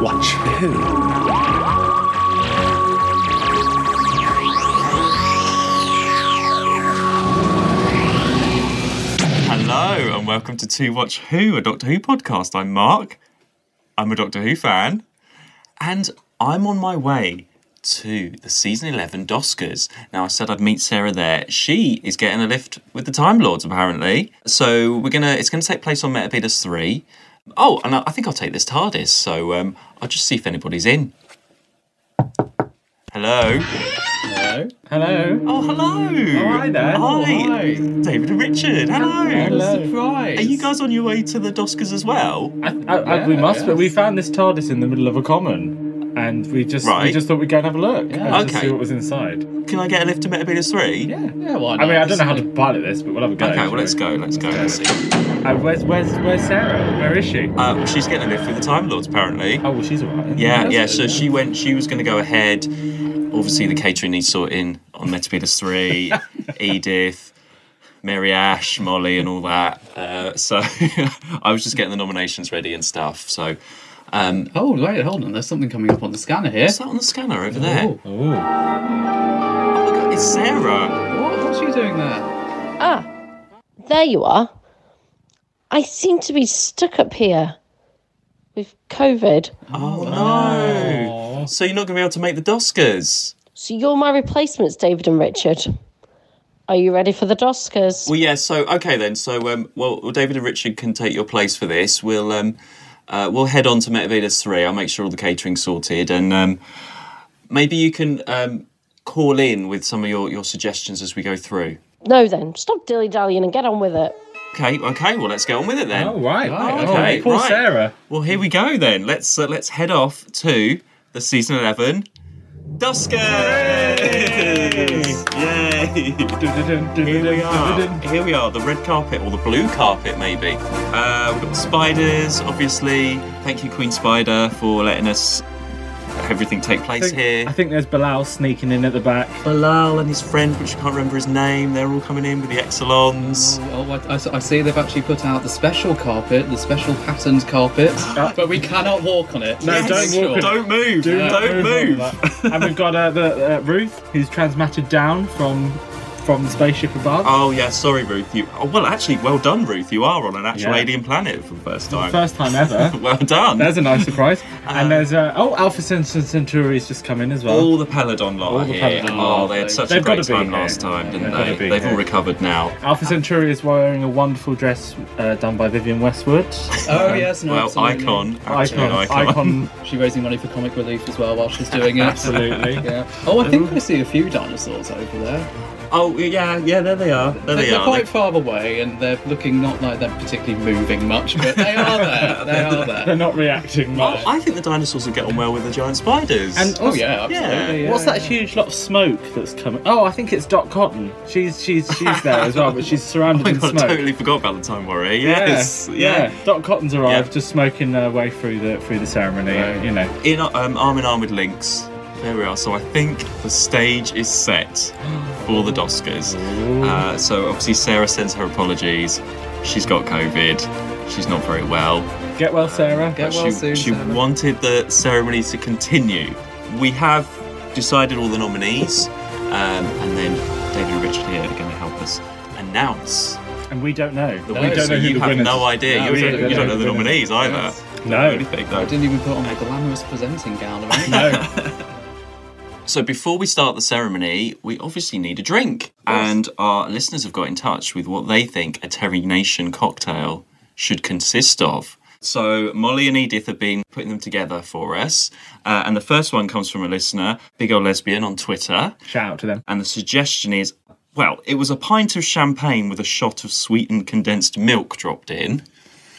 Watch who? Hello, and welcome to To Watch Who, a Doctor Who podcast. I'm Mark. I'm a Doctor Who fan. And I'm on my way to the season 11 Doskers. Now, I said I'd meet Sarah there. She is getting a lift with the Time Lords, apparently. So, we're gonna, it's going to take place on Metapetus 3. Oh, and I, I think I'll take this TARDIS. So, um, I'll just see if anybody's in. Hello. Hello. Oh, hello. hi there. Hi. Hi. David and Richard. Hello. Surprise. Are you guys on your way to the Doskers as well? we must, but we found this TARDIS in the middle of a common, and we just Right. we just thought we'd go and have a look and just Okay. see what was inside. Yeah. Can I get a lift to Metabolus 3? Yeah, why I mean, I don't know how to pilot this, but we'll have a go. Okay, shall well, let's we? go. Let's go. Let's see. Uh, where's where's where's Sarah? Where is she? Uh, well, she's getting a lift with the Time Lords, apparently. Oh, well, she's alright. Yeah, yeah. So she went, she was going to go ahead. Obviously, the catering needs sorting on Metabolus 3, Edith, Mary Ash, Molly, and all that. Uh, so I was just getting the nominations ready and stuff. So um, Oh, wait, hold on. There's something coming up on the scanner here. is that on the scanner over there? Oh, what, Oh my God, it's Sarah. what's she doing there? Ah, there you are. I seem to be stuck up here with COVID. Oh no. So you're not going to be able to make the Doskers. So you're my replacements, David and Richard. Are you ready for the Doskers? Well, yeah. So okay then. So um, well, well, David and Richard can take your place for this. We'll um, uh, we'll head on to Metavidas three. I'll make sure all the catering's sorted, and um, maybe you can um, call in with some of your, your suggestions as we go through. No, then stop dilly dallying and get on with it. Okay. Okay. Well, let's get on with it then. Oh right. Right, Oh, okay, poor right. Sarah. Well, here we go then. Let's uh, let's head off to the season eleven. Duskers! Yay! Here we are. Here we are. The red carpet, or the blue carpet, maybe. Uh, we've got spiders, obviously. Thank you, Queen Spider, for letting us let everything take I place think, here. I think there's Bilal sneaking in at the back. Balal and his friend, which I can't remember his name, they're all coming in with the Exelons. Oh, I, I s- I see they've actually put out the special carpet, the special patterned carpet, but we cannot Uh, walk on it. No, Yes. don't walk on it. Don't move! Do not don't move! on with that. and we've got uh, the uh, Ruth, who's transmatted down from from the spaceship above. Oh yeah, sorry Ruth. You oh, well actually, well done Ruth. You are on an actual Yeah. alien planet for the first time. First time ever. well done. There's a nice surprise. Um, Oh. and there's uh, oh, Alpha Cent- Centauri's just come in as well. all the Peladon lot All are the here. Peladon oh, lot. they had such a They've gotta great be time here. last time, didn't They've gotta they? be They've all here. recovered now. Alpha Centauri is wearing a wonderful dress uh, done by Vivian Westwood. Oh, yes, no. well, absolutely. icon, absolute Icon, icon. icon, She raising money for comic relief as well while she's doing it. absolutely. Yeah. Oh, I think I see a few dinosaurs over there. Oh yeah, yeah, there they are. There They're, they they're are. quite far away, and they're looking not like they're particularly moving much, but they are there. They are They're there. not reacting much. Oh, I think the dinosaurs will get on well with the giant spiders. And Oh yeah, absolutely. yeah. yeah. What's that huge lot of smoke that's coming? Oh, I think it's Dot Cotton. She's she's she's there as well, but she's oh surrounded my in god, smoke. I totally forgot about the time warrior. Yes, yeah. Dot Cotton's arrived, Yeah. just smoking their way through the through the ceremony. Right. You know, In um, arm in arm with Lynx. There we are. So I think the stage is set for the Doskers. Uh, so obviously Sarah sends her apologies. She's got COVID. She's not very well. get well, Sarah. Get But well she, soon, she Sarah. wanted the ceremony to continue. We have decided all the nominees, um, and then David and Richard here are going to help us announce And we don't know. the No, winners. we don't so know who you the have winners. no idea. No, you we don't, don't you know don't know who the the nominees either. Yes. Or No, anything, I no. didn't even put on my glamorous presenting gown. Or anything. no. So before we start the ceremony, we obviously need a drink, and our listeners have got in touch with what they think a Terry Nation cocktail should consist of. So Molly and Edith have been putting them together for us, uh, and the first one comes from a listener, Big Ol Lesbian on Twitter, Shout out to them. and the suggestion is, well, it was a pint of champagne with a shot of sweetened condensed milk dropped in.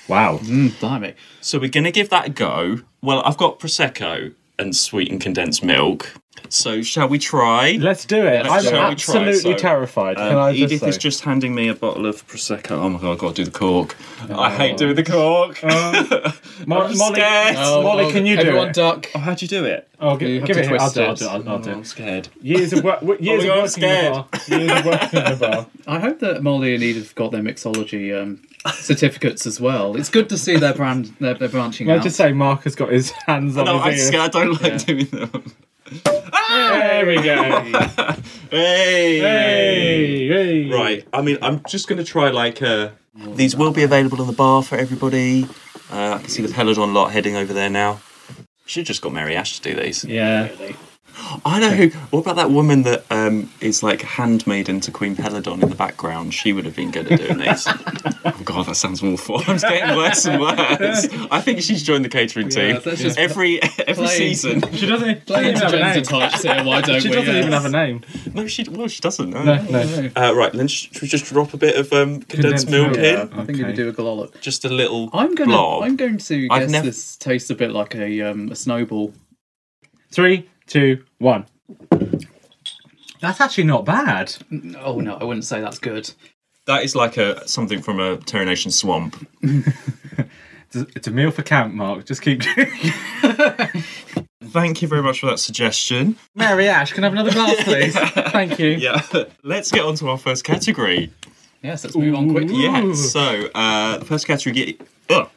Wow. Mm, blimey. So we're gonna give that a go. Well, I've got prosecco and sweetened condensed milk. So, shall we try? Let's do it. Let's I'm try, we try, absolutely so, terrified. Can Um, I just Edith say? is just handing me a bottle of prosecco. Oh my god, I've got to do the cork. I hate doing the cork. Mo- I'm Molly, scared. Oh, Molly, well, can you do everyone it? duck. oh, how'd you do it? Oh, You give, have give to it here. I'll twist do it. I'll it. do it. I'll, I'll do I'm it. scared. Years of work. Years my God, I'm of working in the scared. bar. Years of working in the bar. I hope that Molly and Edith have got their mixology um, certificates as well. It's good to see their brand they're, they're branching Can I out. just say, Mark has got his hands on No, I'm his ears. scared. I don't like doing them. There we go. Hey! hey, hey. Right. I mean, I'm just going to try like uh, these will be available on the bar for everybody. Uh, I can see the Peladon lot heading over there now. Should have just got Mary Ash to do these. Yeah. I know who. What about that woman that um, is like handmaiden to Queen Peladon in the background? She would have been good at doing these. oh god, that sounds awful. I'm getting worse and worse. I think she's joined the catering Yeah, team let's just every every play. season. She doesn't. She Play doesn't into even have a gender name. types here, why don't She we? uh, doesn't Yes. even have a name. No, she well she doesn't. No. No, no. No. Uh, right, then sh- should we just drop a bit of um, condensed, Condensed milk, milk. Yeah, in? I think Okay. we do a glollop. Just a little I'm gonna blob. I'm going to I've guess nev- this tastes a bit like a um, a snowball. Three, two, one. That's actually not bad. Oh no, I wouldn't say that's good. That is like a something from a Terranation swamp. It's a, it's a meal for count, Mark. Just keep. Thank you very much for that suggestion. Mary Ash, can I have another glass, please? Thank you. Yeah, let's get on to our first category. Yes, let's move on quickly. Yeah, Ooh. so uh, the first category. Ugh.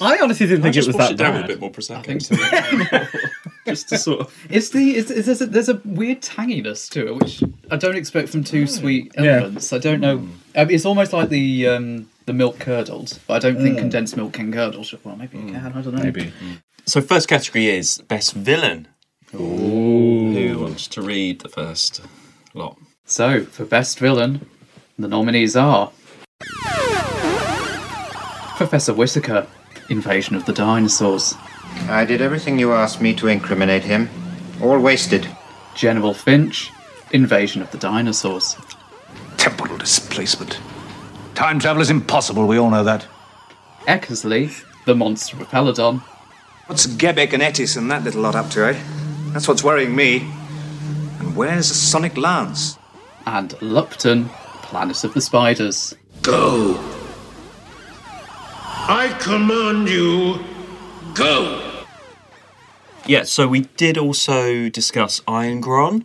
I honestly didn't think it just was wash that it down bad. with a bit more prosecco. think so. just to sort of. It's the it's, it's, there's, a, there's a weird tanginess to it, which I don't expect from two sweet elements. I don't Hmm. know. I mean, it's almost like the um, the milk curdled, but I don't Hmm. think condensed milk can curdle. Sh- Well, maybe it can. I don't know. Maybe. So first category is best villain. Who wants to read the first lot? So for best villain, the nominees are Professor Whitaker, Invasion of the Dinosaurs, I did everything you asked me to incriminate him. All wasted. General Finch, Invasion of the Dinosaurs, Temporal displacement. Time travel is impossible, we all know that. Eckersley, the Monster of Peladon, What's Gebek and Etis and that little lot up to, eh? That's what's worrying me. And where's the sonic lance? and Lupton, Planet of the Spiders. Go. I command you, go. Yeah, so we did also discuss Iron Gron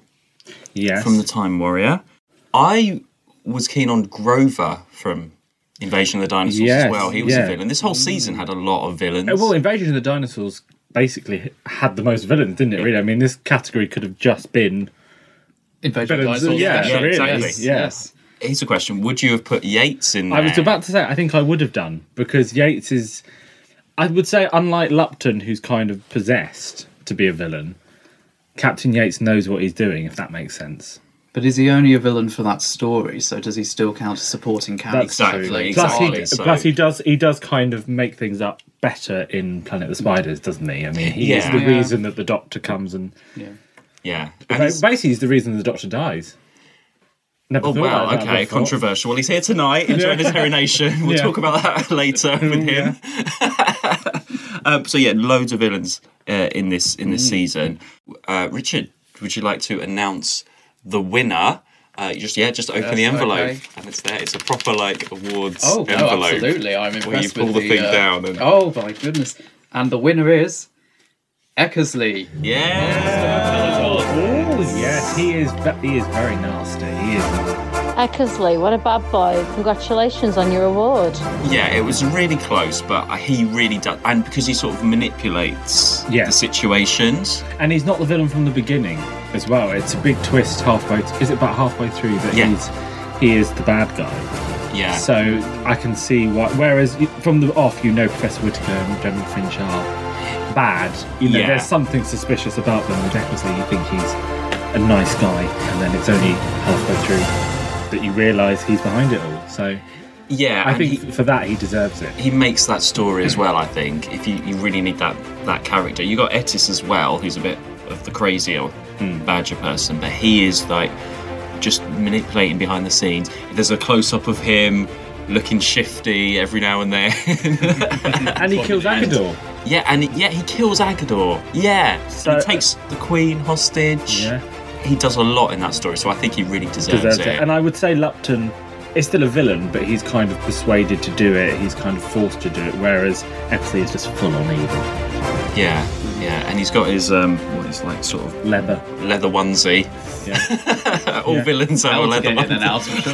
Yes. from the Time Warrior. I was keen on Grover from Invasion of the Dinosaurs as Yes, well. He was a yeah. villain. This whole season had a lot of villains. Uh, Well, Invasion of the Dinosaurs basically had the most villains, didn't it? Really, I mean, this category could have just been Invasion of the Villains, Dinosaurs. yeah, special. yeah, exactly, Yes, yeah. yes. Here's a question: Would you have put Yates in? There? I was about to say, I think I would have done because Yates is, I would say, unlike Lupton, who's kind of possessed to be a villain. Captain Yates knows what he's doing, if that makes sense. But is he only a villain for that story? So does he still count as supporting character? Exactly, Like, Plus, exactly. he, so- plus he does he does kind of make things up better in Planet of the Spiders, doesn't he? I mean, he's Yeah. the Yeah. reason that the Doctor comes and Yeah. And he's- basically he's the reason the Doctor dies. Never Oh thought wow! about that Okay, before. controversial. Well, he's here tonight enjoying his herination. We'll Yeah. talk about that later with him. um, so yeah, loads of villains uh, in this in this season. Uh, Richard, would you like to announce the winner? Uh, you just yeah, just open the envelope okay. and it's there. It's a proper like awards Oh, no, envelope. absolutely. I'm impressed Where you pull with the, thing uh, down and Oh my goodness! And the winner is Eckersley. yeah. Oh, yes, he is. ve- He is very nasty. He is. Eckersley, what a bad boy. Congratulations on your award. Yeah, it was really close, but he really does, and because he sort of manipulates Yeah. the situations. And he's not the villain from the beginning as well. It's a big twist halfway. T- is it about halfway through that Yeah. he's he is the bad guy? Yeah, So I can see why. Whereas y- from the off, you know Professor Whitaker and General Finch are bad. You know, Yeah. there's something suspicious about them. And definitely, you think he's a nice guy, and then it's only halfway through that you realise he's behind it all. So yeah. I and think he- for that he deserves it. he makes that story as well. I think if you, you really need that that character, you got Etis as well, who's a bit of the crazier Hmm. badger person, but he is like just manipulating behind the scenes. If there's a close up of him looking shifty every now and then, And he kills Agador. Yeah, and yeah, he kills Agador. Yeah, So- uh, he takes the Queen hostage. Yeah. He does a lot in that story, so I think he really deserves, deserves it. it. And I would say Lupton is still a villain, but he's kind of persuaded to do it. He's kind of forced to do it. Whereas Epsley is just full on evil. yeah, yeah, and he's got his um, what is like sort of Leather. leather onesie. All Yeah. villains have a I'll Oh, leather get in onesie. and out, I'm sure,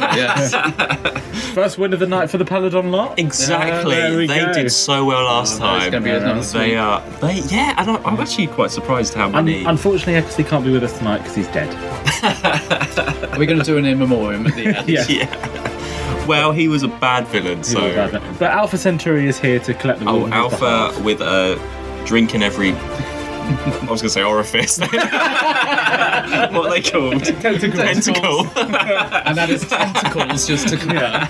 yeah. First win of the night for the Paladon lot. Exactly. Yeah, there we they go. did so well last Oh, it's time. uh, gonna be another they sweep. are. They yeah. And I, I'm actually quite surprised how Un- many. unfortunately, Epsley can't be with us tonight because he's dead. Are we going to do an in memoriam at the end? Yeah. yeah. well, he was a bad villain. He So. was bad then. But Alpha Centauri is here to collect the Oh, Wolverines' Alpha behalf. with a drink in every. I was gonna say orifice. what are they called? Tentacles. Tentacle. And that is tentacles, just to Yeah.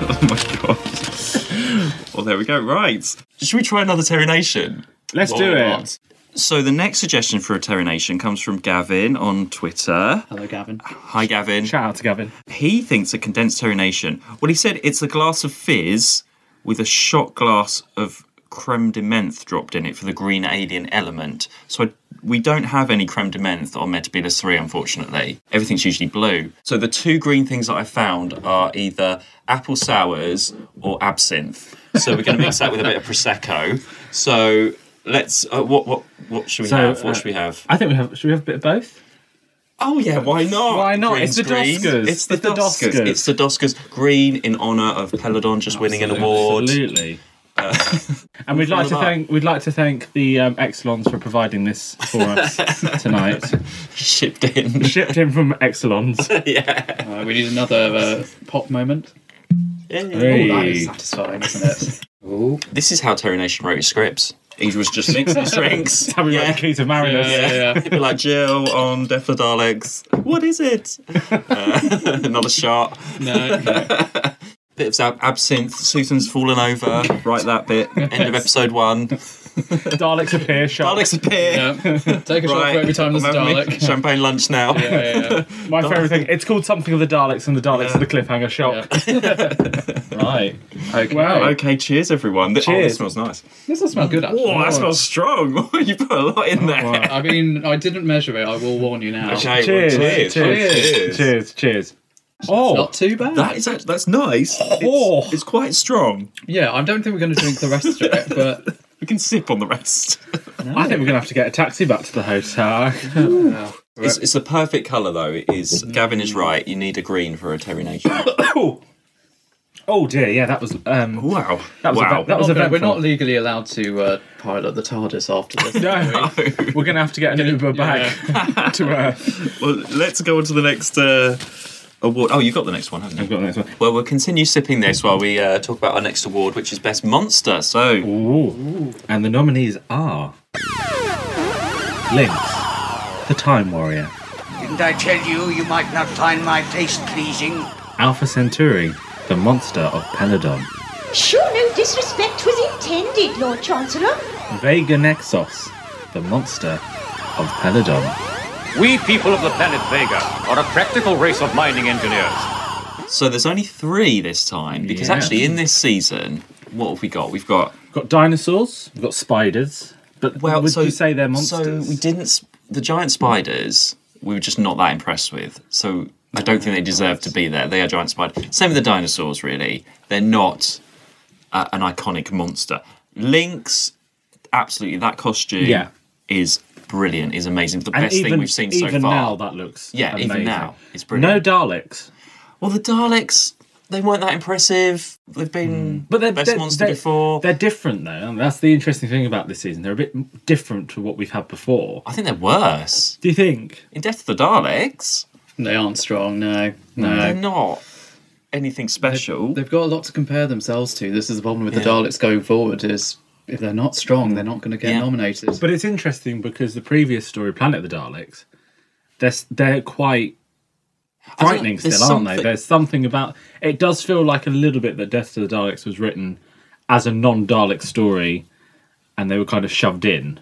oh my god. Well, there we go. Right. Should we try another terrination? Let's do it. So the next suggestion for a terrination comes from Gavin on Twitter. Hello, Gavin. Hi, Gavin. Shout out to Gavin. He thinks a condensed terrination. Well, he said it's a glass of fizz with a shot glass of creme de menthe dropped in it for the green alien element. So I- we don't have any creme de menthe on Metabilis 3, unfortunately. Everything's usually blue. So the two green things that I found are either apple sours or absinthe. So we're going to mix that with a bit of prosecco. So let's. Uh, what what what should we So, have? What uh, should we have? I think we have. Should we have a bit of both? Oh yeah, why not? Why not? Green It's the screen. Doskers. It's the, It's the Doskers. Doskers. It's the Doskers. Green in honour of Peladon just winning an award. Absolutely. and we'd like to Follow that. thank we'd like to thank the um, Exelons for providing this for us tonight. Shipped in. Shipped in from Exelons. Uh, we need another uh, pop moment. Hey. That is satisfying, isn't it? This is how Terry Nation wrote his scripts. He was just mixing his drinks. How we wrote the keys of Mariners. yeah, yeah. He'd be like Jill on Death of the Daleks. What is it? Uh, another shot. No, no. Bit of zab- absinthe. Susan's fallen over. Write that bit. End of episode one. Daleks appear. Sharp. Daleks appear. Yeah. Take a shot Right. for every time there's a I'm having me Dalek. Champagne lunch now. Yeah, yeah, My favourite thing. It's called something of the Daleks and the Daleks Yeah. of the Cliffhanger Shop. right. Okay. Wow. Okay. Cheers, everyone. Th- Oh, Cheers. this smells nice. This does smell good, actually. Oh, that smells strong. you put a lot in there. wow. I mean, I didn't measure it. I will warn you now. Okay. Cheers. well, cheers. Cheers. Cheers. Cheers. Oh, Not too bad. That is act- that's nice. Oh. It's, it's quite strong. Yeah, I don't think we're going to drink the rest of it, but We can sip on the rest. I think we're gonna have to get a taxi back to the hotel. It's, it's the perfect colour though. It is. Gavin is right. You need a green for a terrination. oh dear, yeah, that was um, wow. that was wow. a, that was Not gonna- we're eventful. not legally allowed to uh, pilot the TARDIS after this. No, we're gonna have to get an Uber back to uh, Earth. well, let's go on to the next uh, award. Oh, you got the next one, haven't you? I've got the next one. Well, we'll continue sipping this while we uh, talk about our next award, which is Best Monster. So, Ooh. And the nominees are Lynx, the Time Warrior, Didn't I tell you you might not find my taste pleasing? Alpha Centauri, the monster of Peladon, Sure, no disrespect was intended, Lord Chancellor. Vega Nexos, the monster of Peladon. We people of the planet Vega are a practical race of mining engineers. So there's only three this time because Yeah. actually in this season, what have we got? We've got got dinosaurs, we've got spiders, but well. would so you say they're monsters? So we didn't. s- The giant spiders. We were just not that impressed with. So I don't think they deserve to be there. They are giant spiders. Same with the dinosaurs. Really, they're not uh, an iconic monster. Lynx, absolutely. That costume Yeah. is brilliant. Is amazing. The And best even, thing we've seen so even far. now, that looks yeah, amazing. even now, it's No brilliant. Daleks, well, the Daleks. They weren't that impressive. They've been Hmm. but they're best they're, monster they're- before. They're different though, and that's the interesting thing about this season. They're a bit different to what we've had before. I think they're worse. Do you think? In Death of the Daleks, They aren't strong, no. No. Uh, they're not anything special. They've got a lot to compare themselves to. This is the problem with the Daleks going forward is if they're not strong, they're not going to get Yeah. nominated. But it's interesting because the previous story, Planet of the Daleks, they're s- they're quite don't know, frightening there's still, aren't they? something- There's something about it does feel like a little bit that Death to the Daleks was written as a non-Dalek story, and they were kind of shoved in.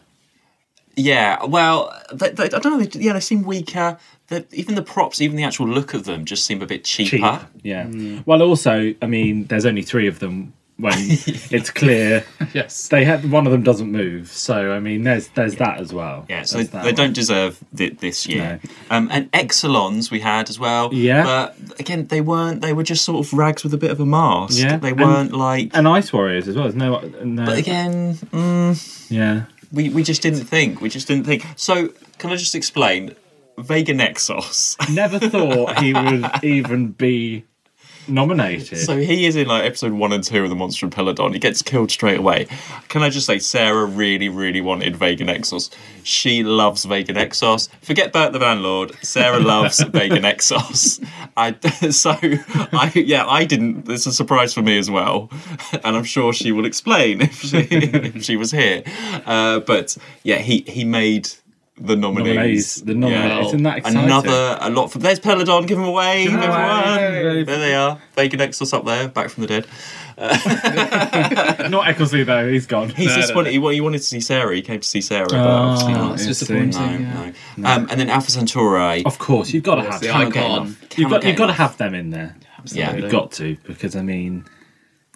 yeah, well, they, they, I don't know. They, yeah, they seem weaker. The, even the props, even the actual look of them, just seem a bit cheaper. Yeah. Well, also, I mean, there's only three of them when it's clear. yes, they had one of them doesn't move. So I mean, there's there's that as well. Yeah, so they, There's they that don't deserve th- this year. Um, and Exelons we had as well. Yeah. But again, they weren't. They were just sort of rags with a bit of a mask. Yeah, They and- weren't like. one. and Ice Warriors as well. There's no, no But again, mm, yeah. we we just didn't think. We just didn't think. So can I just explain? Vega Nexos. Never thought he would even be nominated. So he is in like episode one and two of the Monster Peladon. He gets killed straight away. Can I just say, Sarah really, really wanted Vegan Exos. She loves Vegan Exos. Forget Bert the Van Lord. Sarah loves Vegan Exos. I so I yeah I didn't. It's a surprise for me as well, and I'm sure she will explain if she if she was here. Uh, but yeah, he he made. The nominees, Nominees, the nominees. Isn't that exciting? Another, a lot for. There's Peladon. Give him away. Give 'em everyone. away. There they are. Bacon Exos up there, back from the dead. Not Ecclesley though. He's gone. Uh, He's just wanted, he, wa- he wanted to see Sarah. He came to see Sarah, but obviously Oh, not. it's I see. disappointing. No, yeah. no. Um, and then Alpha Centauri. Of course, you've got to have. the them. Cannot get icon. enough. Oh, You've Cannot got get you've got to enough. have them in there. Yeah. You've got to because I mean,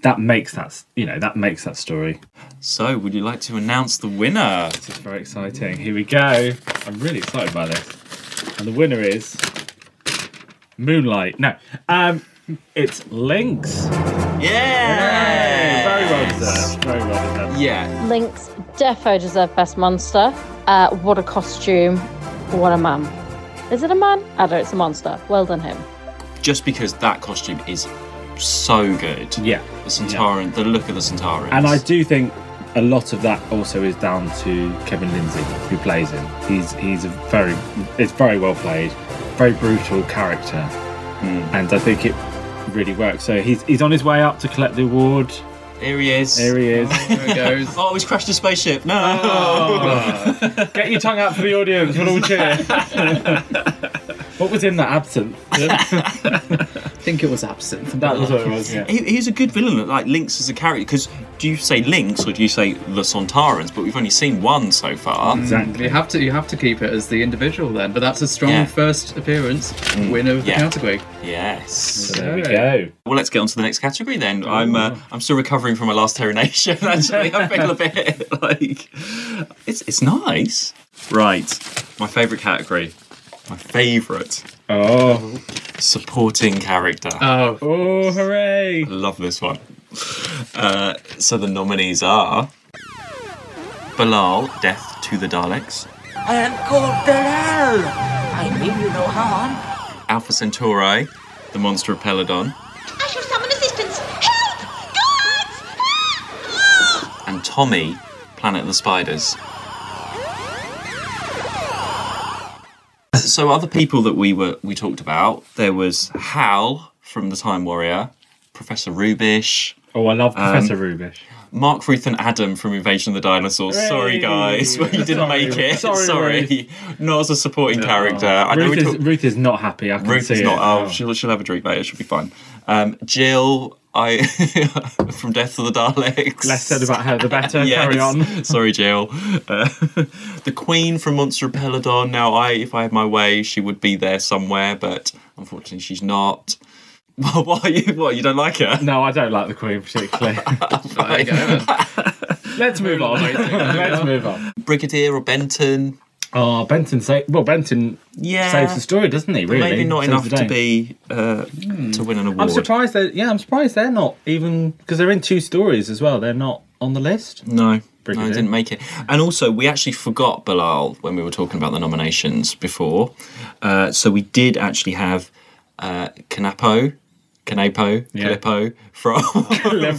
that makes that s- you know that makes that story. So, would you like to announce the winner? This is very exciting. Here we go. I'm really excited by this. And the winner is Moonlight. No, um, it's Lynx. Yeah! Very well deserved. Very well deserved. Yeah. Lynx defo deserve best monster. Uh, what a costume. What a man. Is it a man? I don't know, it's a monster. Well done him. Just because that costume is so good. Yeah. The Centauran, the look of the Centauran. And I do think a lot of that also is down to Kevin Lindsay, who plays him. He's he's a very it's very well played, very brutal character, and I think it really works. So he's he's on his way up to collect the award. Here he is. Here he Oh. is. there it goes. Oh, he's crashed a spaceship. No! Get your tongue out for the audience. We'll all cheer. what was in that absinthe? I think it was absinthe. That was what it was. Yeah. He, he's a good villain. Like Lynx as a character, because do you say Lynx or do you say the Sontarans? But we've only seen one so far. Exactly. You have to you have to keep it as the individual then, but that's a strong Yeah. Mm. first appearance winner of the Yeah. category. Yes. There we go. Well, let's get on to the next category then. I'm uh, I'm still recovering from my last termination. Actually, I feel a bit like it's it's nice. Right, my favourite category, my favourite Oh, supporting character. Oh, oh, hooray! Love this one. Uh, so the nominees are Balal, Death to the Daleks. I am called Delal. I mean you no harm. Alpha Centauri, the monster of Peladon, I shall summon assistance. Help! Guards! Ah! and Tommy, Planet of the Spiders. So other people that we were we talked about, there was Hal from the Time Warrior, Professor Rubish, Oh, I love Professor Rubish. Mark Ruth and Adam from Invasion of the Dinosaurs. Sorry Hey. guys, well, you didn't Sorry. make it. Sorry, not as a supporting character. Uh, I know Ruth we is, talked- Ruth is not happy. I can Ruth see is it. not. Oh, she'll, she'll have a drink later. She'll be fine. Um, Jill, I from Death of the Daleks. Less said about her, the better. Yes. Carry on. Sorry, Jill. Uh, the Queen from Monster of Peladon. Now, I, if I had my way, she would be there somewhere, but unfortunately, she's not. What, what are you? What you don't like her? No, I don't like the Queen particularly. there you go. Let's move on. Let's move on. Brigadier or Benton? Oh, Benton sa- well, Benton Yeah. saves the story, doesn't he? Really, Maybe not Saves enough the to day. be uh, to win an award. I'm surprised that yeah, I'm surprised they're not even because they're in two stories as well. They're not on the list. No, no, I Brigadier. didn't make it. And also, we actually forgot Bilal when we were talking about the nominations before. Uh, so we did actually have uh, Canapo, Canapo, Yeah. Calippo from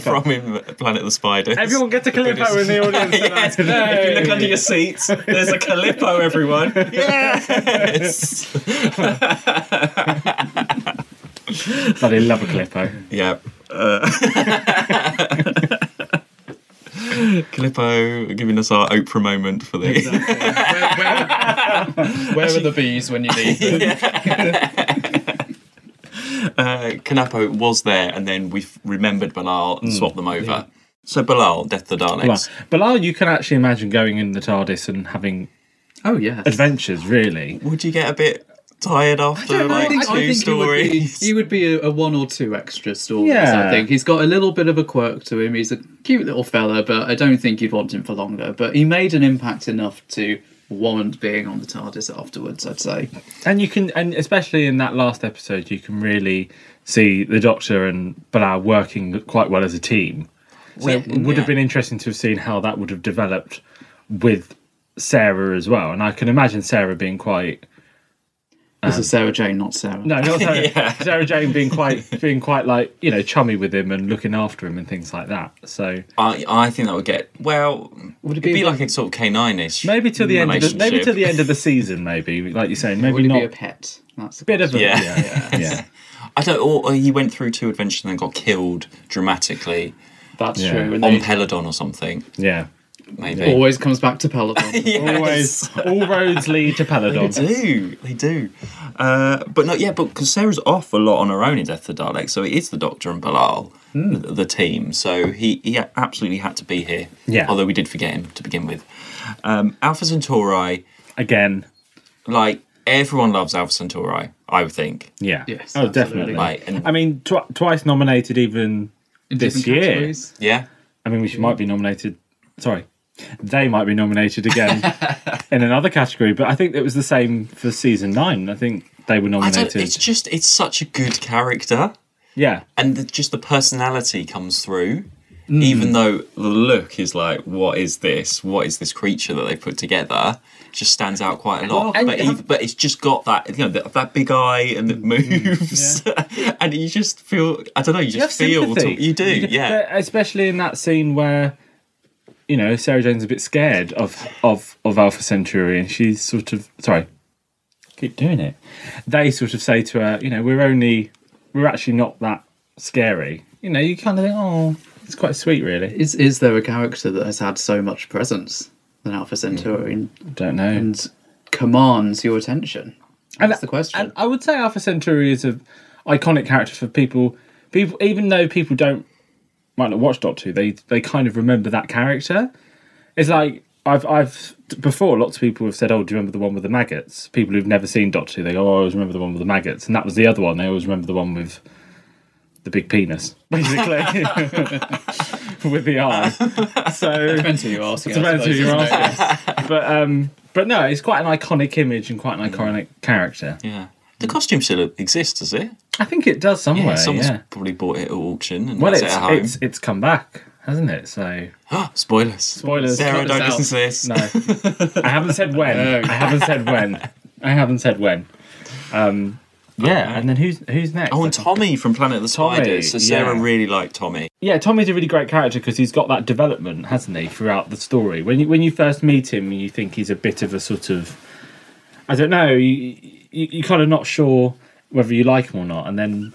from in Planet of the Spiders. Everyone get a Calippo in the audience. Yes. If you look under your seats, there's a Calippo, everyone. Yes. Bloody love a Calippo. yeah. Uh, Calippo giving us our Oprah moment for the. Where are the bees when you need them? uh, Canapo was there, and then we have remembered Bilal Hmm. and swapped them over. So Bilal, Death of the Well, Daleks. Bilal, you can actually imagine going in the TARDIS and having Oh yeah. adventures, really. Would you get a bit tired after like He two would be, stories. he would be a, a one or two extra stories. Yeah. I think he's got a little bit of a quirk to him. He's a cute little fella, but I don't think you'd want him for longer. But he made an impact enough to warrant being on the TARDIS afterwards. I'd say. And you can, and especially in that last episode, you can really see the Doctor and Bala working quite well as a team. So Yeah, it would yeah. have been interesting to have seen how that would have developed with Sarah as well. And I can imagine Sarah being quite. This is Sarah Jane, not Sarah. No, not Sarah, Yeah. Sarah Jane being quite, being quite like you know, chummy with him and looking after him and things like that. So I, I think that would get well. Would Would it it be, be like a sort of canine ish? maybe till the end, of the, maybe till the end of the season, maybe like you're saying, maybe Would he not be a pet? That's a bit of a Yeah. yeah, yeah, yeah. I don't. Or, or he went through two adventures and then got killed dramatically That's Yeah. true. And on then Peladon or something. yeah. Maybe. he always comes back to Peladon. Yes. Always, all roads lead to Peladon. They do. They do. Uh, but no, yeah, but because Sarah's off a lot on her own in Death of the Daleks, so it is the Doctor and Balal, Hmm. the, the team. So he, he absolutely had to be here. Yeah. Although we did forget him to begin with. Um, Alpha Centauri, Again, like, everyone loves Alpha Centauri, I would think. Yeah. Yes, Oh, absolutely. definitely. Like, and, I mean, tw- twice nominated even In this different year. categories. yeah. I mean, we should, might be nominated. Sorry. They might be nominated again in another category, but I think it was the same for season nine. I think they were I don't, nominated. it's just, it's such a good character. yeah. and the, just the personality comes through Hmm. even though the look is like what is this what is this creature that they put together just stands out quite a lot Well, and but, you he, have- but it's just got that you know that, that big eye and Hmm, it moves and you just feel i don't know you You have just feel sympathy. to, you do yeah Especially in that scene where, you know, Sarah Jane's a bit scared of, of, of Alpha Centauri and she's sort of. Sorry. Keep doing it. They sort of say to her, you know, we're only. We're actually not that scary. You know, you kind of think, oh, it's quite sweet, really. Is is there a character that has had so much presence than Alpha Centauri Don't know. and commands your attention? That's the question. And I would say Alpha Centauri is an iconic character for people. People, even though people don't might not watch Doctor Who, they they kind of remember that character. It's like I've I've before lots of people have said, "Oh, do you remember the one with the maggots?" People who've never seen Doctor Who, they go, "Oh, I always remember the one with the maggots," and that was the other one. They always remember the one with the big penis, basically, with the eye. So Depends who you ask. yeah, I Depends who suppose, you're doesn't it? asking. but um, but no, it's quite an iconic image and quite an iconic character. yeah the costume still exists does it I think it does yeah somewhere. Yeah. someone's probably bought it at auction and Well, has it's, it at home it's it's come back, hasn't it? So spoilers Spoilers. Cut sarah don't this out. listen to this no, I haven't said when. Oh. I haven't said when. I haven't said when. Um, yeah, and then who's who's next? oh and tommy from planet of the Tommy, spiders so sarah yeah. really liked tommy yeah, Tommy's a really great character because he's got that development, hasn't he, throughout the story. When you when you first meet him, you think he's a bit of a sort of, I don't know, you, you you're kind of not sure whether you like him or not, and then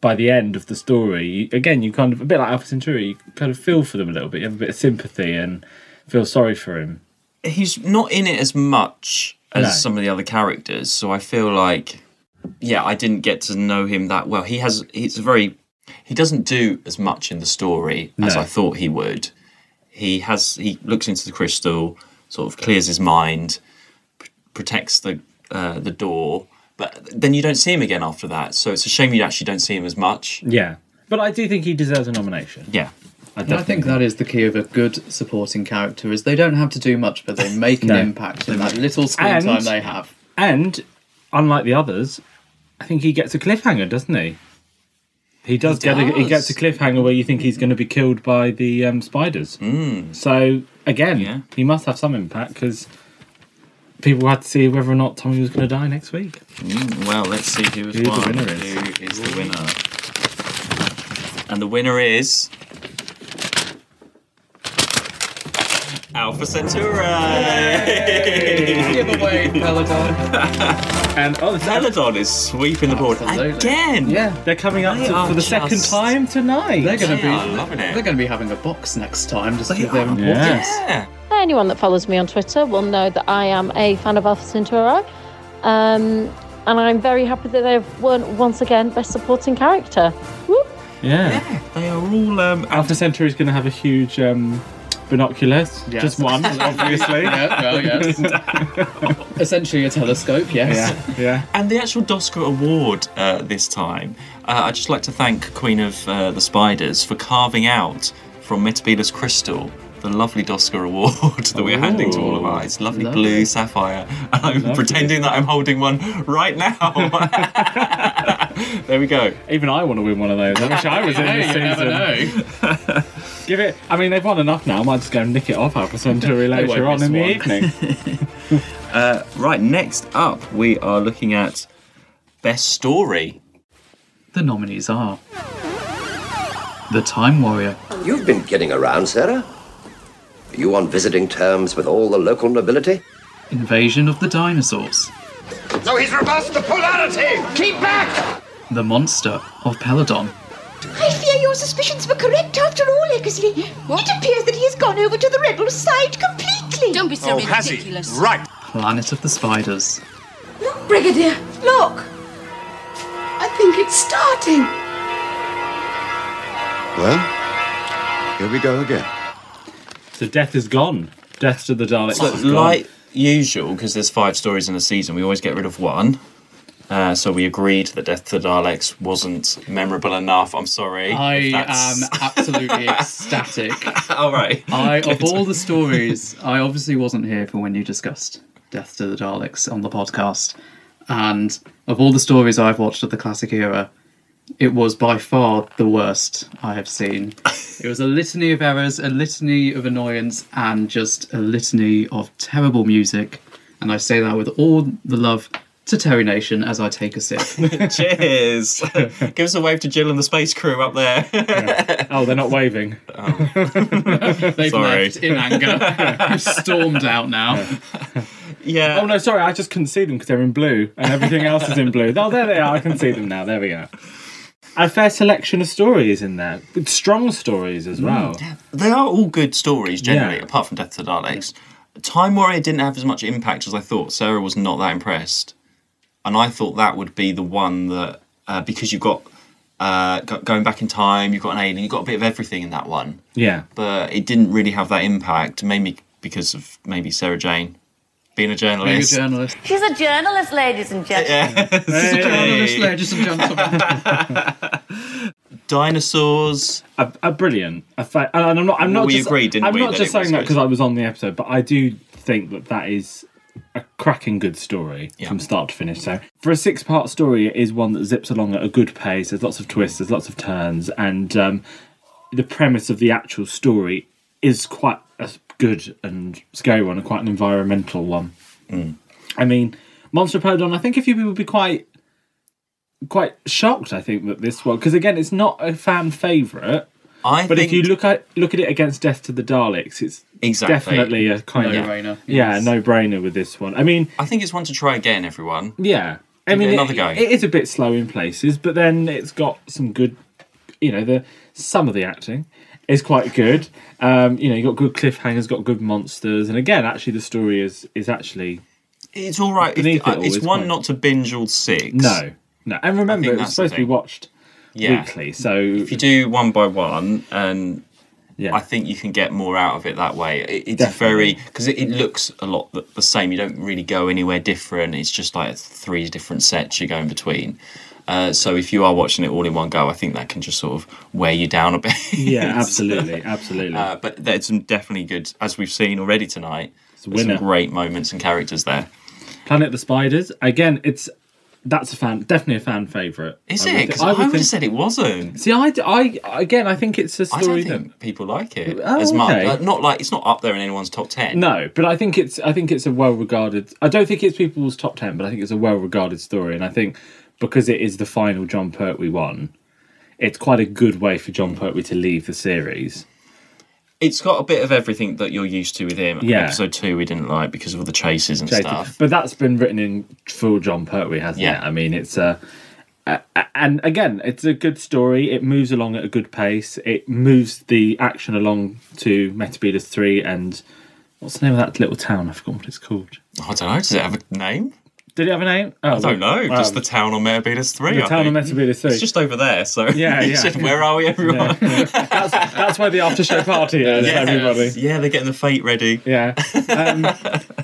by the end of the story, you, again, you kind of a bit like Alpha Centauri, you kind of feel for them a little bit, you have a bit of sympathy and feel sorry for him. he's not in it as much as No. some of the other characters so i feel like yeah i didn't get to know him that well he has he's a very he doesn't do as much in the story as No. i thought he would he has he looks into the crystal sort of clears his mind pr- protects the uh, the door but then you don't see him again after that so it's a shame you actually don't see him as much Yeah, but I do think he deserves a nomination. yeah And I think that is the key of a good supporting character is they don't have to do much, but they make an No. impact in that little screen And- time they have. And unlike the others, I think he gets a cliffhanger, doesn't he? He does get a, he does. gets a cliffhanger where you think he's going to be killed by the um, spiders. Mm. So again, Hmm. Yeah. he must have some impact because people had to see whether or not Tommy was going to die next week. Well, let's see who is Who the won. winner is. Who is the winner? And the winner is Alpha Centauri. Give away Peladon. And oh, Peladon is sweeping the board Absolutely. again. yeah, they're coming up They to, are for the second just- time tonight. They're going They to be are loving it. They're going to be having a box next time just They with them. are. Yes. Yeah. Anyone that follows me on Twitter will know that I am a fan of Alpha Centauri. Um, and I'm very happy that they've won once again Best Supporting Character. Woo! Yeah. They are all um, Alpha Centauri's going to have a huge um, binoculars? Yes. Just one, obviously. yeah, well, yes. Essentially a telescope, yes. yeah, yeah. And the actual Dosker Award uh, this time, uh, I'd just like to thank Queen of uh, the Spiders for carving out from Metabolus Crystal the lovely Dosker Award that we're handing to all of us. Lovely, Lovely. blue sapphire. And I'm pretending that I'm holding one right now. there we go. Even I want to win one of those. I wish I was in Hey, this you season. never know. Give it. I mean, they've won enough now. I might just go and nick it off Alpha Centauri later won't on in the miss evening. Right, next up, we are looking at Best Story. The nominees are The Time Warrior, You've been getting around, Sarah. Are you on visiting terms with all the local nobility? Invasion of the Dinosaurs, So he's reversed the polarity! Keep back! The Monster of Peladon, I fear your suspicions were correct after all, Eckersley. It appears that he has gone over to the rebel side completely. Don't be so has he? ridiculous. Right. Planet of the Spiders, Oh. Look, Brigadier, look. I think it's starting. Well, here we go again. so death is gone. Death to the Daleks. So, is gone. like usual, because there's five stories in a season, we always get rid of one. Uh, so we agreed that Death to the Daleks wasn't memorable enough. I'm sorry. I if um, am absolutely ecstatic. All right. I, of all the stories, I obviously wasn't here for when you discussed Death to the Daleks on the podcast. And of all the stories I've watched of the classic era, it was by far the worst I have seen. It was a litany of errors, a litany of annoyance, and just a litany of terrible music. And I say that with all the love to Terry Nation as I take a sip. Cheers. Give us a wave to Jill and the space crew up there. oh, they're not waving. They've Sorry. left in anger, stormed out now. yeah. Oh no, sorry, I just couldn't see them because they're in blue and everything else is in blue. Oh, there they are. I can see them now. There we go. A fair selection of stories in there, with strong stories Mm. as well. They are all good stories, generally, Yeah. apart from Death to the Daleks. Time Warrior didn't have as much impact as I thought. Sarah was not that impressed. And I thought that would be the one that, uh, because you've got uh, go- going back in time, you've got an alien, you've got a bit of everything in that one. Yeah. But it didn't really have that impact, maybe because of maybe Sarah Jane being a Being a journalist. journalist. She's a journalist, ladies and gentlemen. Journalist, Hey. ladies and gentlemen. Dinosaurs. a, a brilliant. A fa- and I'm not. I'm not. We just, agreed, didn't I'm we, not that just it was saying that good? because I was on the episode, but I do think that that is a cracking good story from start to finish. So for a six-part story, it is one that zips along at a good pace. There's lots of twists. There's lots of turns, and um, the premise of the actual story is quite a good and scary one, and quite an environmental one. Mm. I mean, Monster of Peladon. I think a few people would be quite quite shocked. I think that this one because again, it's not a fan favorite. I But think if you look at look at it against Death to the Daleks, it's Exactly. definitely a kind of No-brainer, Yeah, yes. no brainer with this one. I mean, I think it's one to try again, everyone. yeah, I Give mean, it another it- go. it is a bit slow in places, but then it's got some good. You know, the some of the acting is quite good. Um, you know, you got good cliffhangers, got good monsters, and again, actually, the story is is actually It's all right. It's, Beneath it uh, all it's is one quite- not to binge all six. no, no. And remember, think it was that's the supposed to be thing. watched Yeah. weekly, so If you do one by one, and yeah, I think you can get more out of it that way. It, it's very Definitely. because it, it looks a lot the, the same. You don't really go anywhere different. It's just like three different sets you go in between. Uh, so if you are watching it all in one go, I think that can just sort of wear you down a bit. yeah, absolutely, absolutely. Uh, but there's some definitely good, as we've seen already tonight. a There's some winner. great moments and characters there. Planet of the Spiders. Again, it's that's a fan, definitely a fan favorite. Is I it? would- 'Cause I I would would have think- said it wasn't. See, I, d- I- again, I think it's a I don't story that think people like it Oh, as much. okay. Uh, not like it's not up there in anyone's top ten. no, but I think it's I think it's a well regarded. I don't think it's people's top ten, but I think it's a well regarded story, and I think because it is the final John Pertwee one, it's quite a good way for John Pertwee to leave the series. it's got a bit of everything that you're used to with him. Yeah. Episode two we didn't like because of all the chases and Jason. stuff. But that's been written in full John Pertwee, hasn't Yeah. it? I mean, it's a, a and again, it's a good story. It moves along at a good pace. It moves the action along to Metabelus three and what's the name of that little town? I've forgotten what it's called. I don't know. Does it have a name? Did it have a name? I don't know. well, just um, the town on Metabetas 3. the I town on think. Metabetas 3. It's just over there. So Yeah, you yeah. said, where are we, everyone? That's where the after show party is, Yes. everybody. Yeah, they're getting the fate ready. Yeah. Um,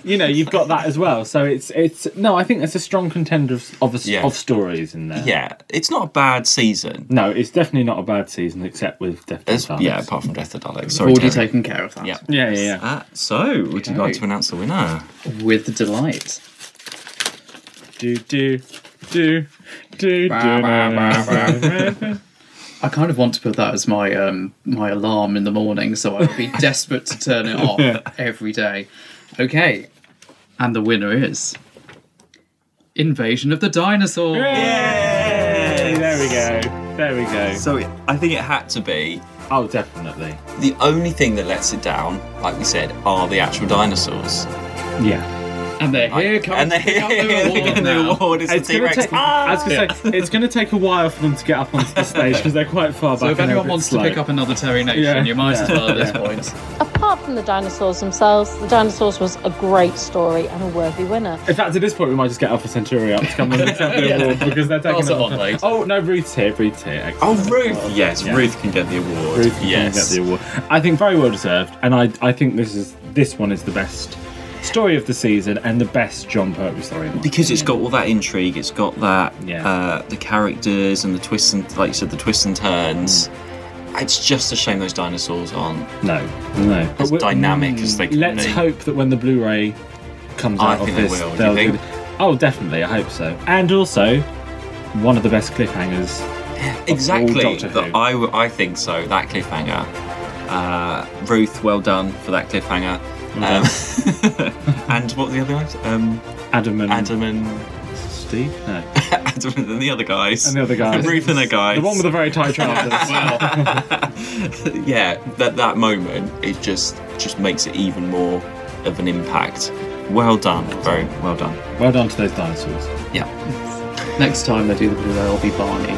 you know, you've got that as well. So it's it's no, I think it's a strong contender of of, Yeah. of stories in there. Yeah, it's not a bad season. No, it's definitely not a bad season except with Death to Daleks. yeah, apart from Death to Daleks. Sorry, Sorry, already Terry. taken care of that. Yeah. Yeah, yeah, yeah. Uh, so, would you like to announce the winner? With delight. Do do do do do. I kind of want to put that as my um, my alarm in the morning, so I would be desperate to turn it off Yeah. every day. Okay, and the winner is Invasion of the Dinosaurs. There we go. There we go. So I think it had to be. Oh, definitely. The only thing that lets it down, like we said, are the actual dinosaurs. Yeah. And they're here coming And they're to pick up their here award and the now. award is the It's gonna T-Rex. Ah! take, I was gonna say it's gonna take a while for them to get up onto the stage because they're quite far back. So if and they're a anyone bit wants slow. to pick up another Terry Nation, Yeah. you might as Yeah. well at this Yeah. point. Apart from the dinosaurs themselves, the dinosaurs was a great story and a worthy winner. In fact, at this point, we might just get Alpha Centauri up to come and accept the award because they're taking Pass it up- on, mate. Oh no, Ruth's here. Ruth's here. Excellent. Oh, Ruth! Yes, Yeah. Ruth can get the award. Ruth can yes. get the award. I think very well deserved, and I I think this is this one is the best story of the season and the best John Pertwee story. in my because it's opinion. got all that intrigue it's got that Yeah. uh, the characters and the twists and like you said the twists and turns Mm. it's just a shame those dinosaurs aren't no no as we- dynamic as they can Let's be hope that when the Blu-ray comes I out think of they this, will, do you they'll think? do- Oh, definitely. I hope so. And also, one of the best cliffhangers. exactly Doctor that I, w- I think so that cliffhanger uh, Ruth well done for that cliffhanger um, and what were the other guys um, Adam and Adam and Steve. No. Adam and then the other guys And the other guy. Ruth and the guys The one with the very tight trousers. yeah, that that moment it just just makes it even more of an impact. Well done, very well done. Well done to those dinosaurs. Next time they do the Blu-ray, I'll be Barney.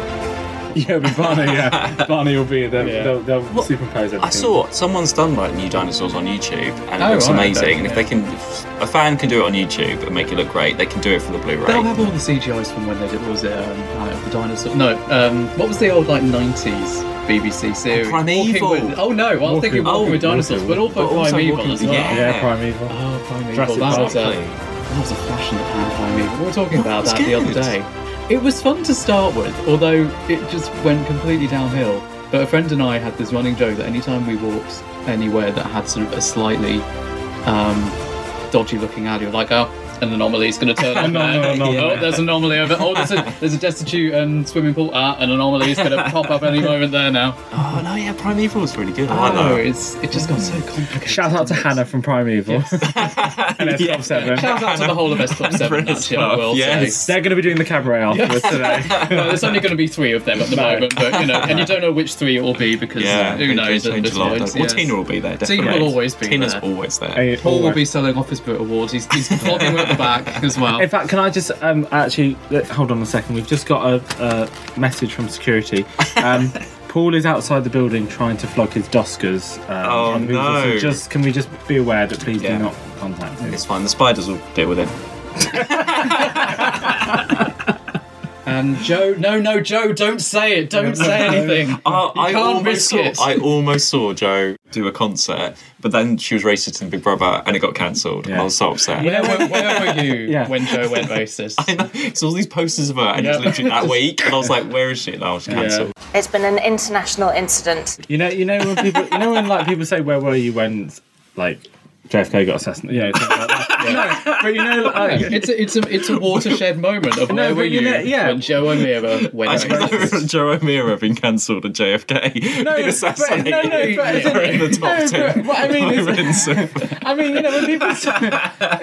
Yeah, but Barney, yeah. Barney will be there. Yeah. They'll, they'll superimpose everything. I saw someone's done like new dinosaurs on YouTube, and it Oh, looks right, amazing. And okay. if they can, if a fan can do it on YouTube and make it look great, they can do it for the Blu-ray. They'll have all the CGIs from when they did. What was it? Um, Planet of the Dinosaur? No. Um, what was the old like nineties BBC series? Primeval. Walking with- oh no, I was Walking- thinking Walking oh, with Dinosaurs, Walking- but also but also Primeval Walking- as well. yeah. Yeah, Primeval. Oh, Primeval. Jurassic that Park. was uh, a that was a flash in the pan. Primeval. We were talking That about was that the other good. day. It was fun to start with, although it just went completely downhill. But a friend and I had this running joke that anytime we walked anywhere that had sort of a slightly um, dodgy looking alley, we're like, oh, an anomaly's going to turn up. Anomaly, there. anomaly. Oh, there's an anomaly over. Oh, there's a, there's a destitute um, swimming pool. Ah, an anomaly's going to pop up any moment there now. Oh no, yeah, Primeval was really good. I like Oh, that. it's it just got so complicated. Shout out to Hannah from Primeval. and S Club 7. Shout out to the whole of S Club Seven. That's I will say. They're going to be doing the cabaret afterwards today. well, there's only going to be three of them at the No. moment, but you know, and you don't know which three it will be because Yeah, who they- they knows at change this a lot, point. don't they? Well, Tina will be there, Tina definitely. will always be Tina's there. always there. Hey, Paul will always. be selling off his book awards. He's he's flogging them at the back as well. In fact, can I just um, actually let- hold on a second? We've just got a, a message from security. Um, Paul is outside the building trying to flog his Doskers. Um, Oh, on the people, no. So just can we just be aware that please Yeah. do not contact him. It's fine. The spiders will deal with it. And Joe, no, no, Joe, don't say it. Don't say anything. Oh, you I can't almost risk saw, it. I almost saw Joe do a concert, but then she was racist in Big Brother, and it got cancelled. And I was so upset. Where, were- where were you when Joe went racist? I know. It's all these posters of her, and it's Yeah. literally that week. And I was like, "Where is she?" Now she's cancelled. It's been an international incident. You know, you know when people, you know when like people say, "Where were you when like JFK got assassinated?" Yeah, things like that. No, but you know, like, it's a, it's a, it's a watershed moment of where but were you you know- yeah. when Joe O'Meara went I racist. don't know Joe O'Meara being cancelled at JFK. No, being but- assassinated. no, no, but- We're in the top no, ten. but what I mean is- moments of- I mean, you know, when people, it's like when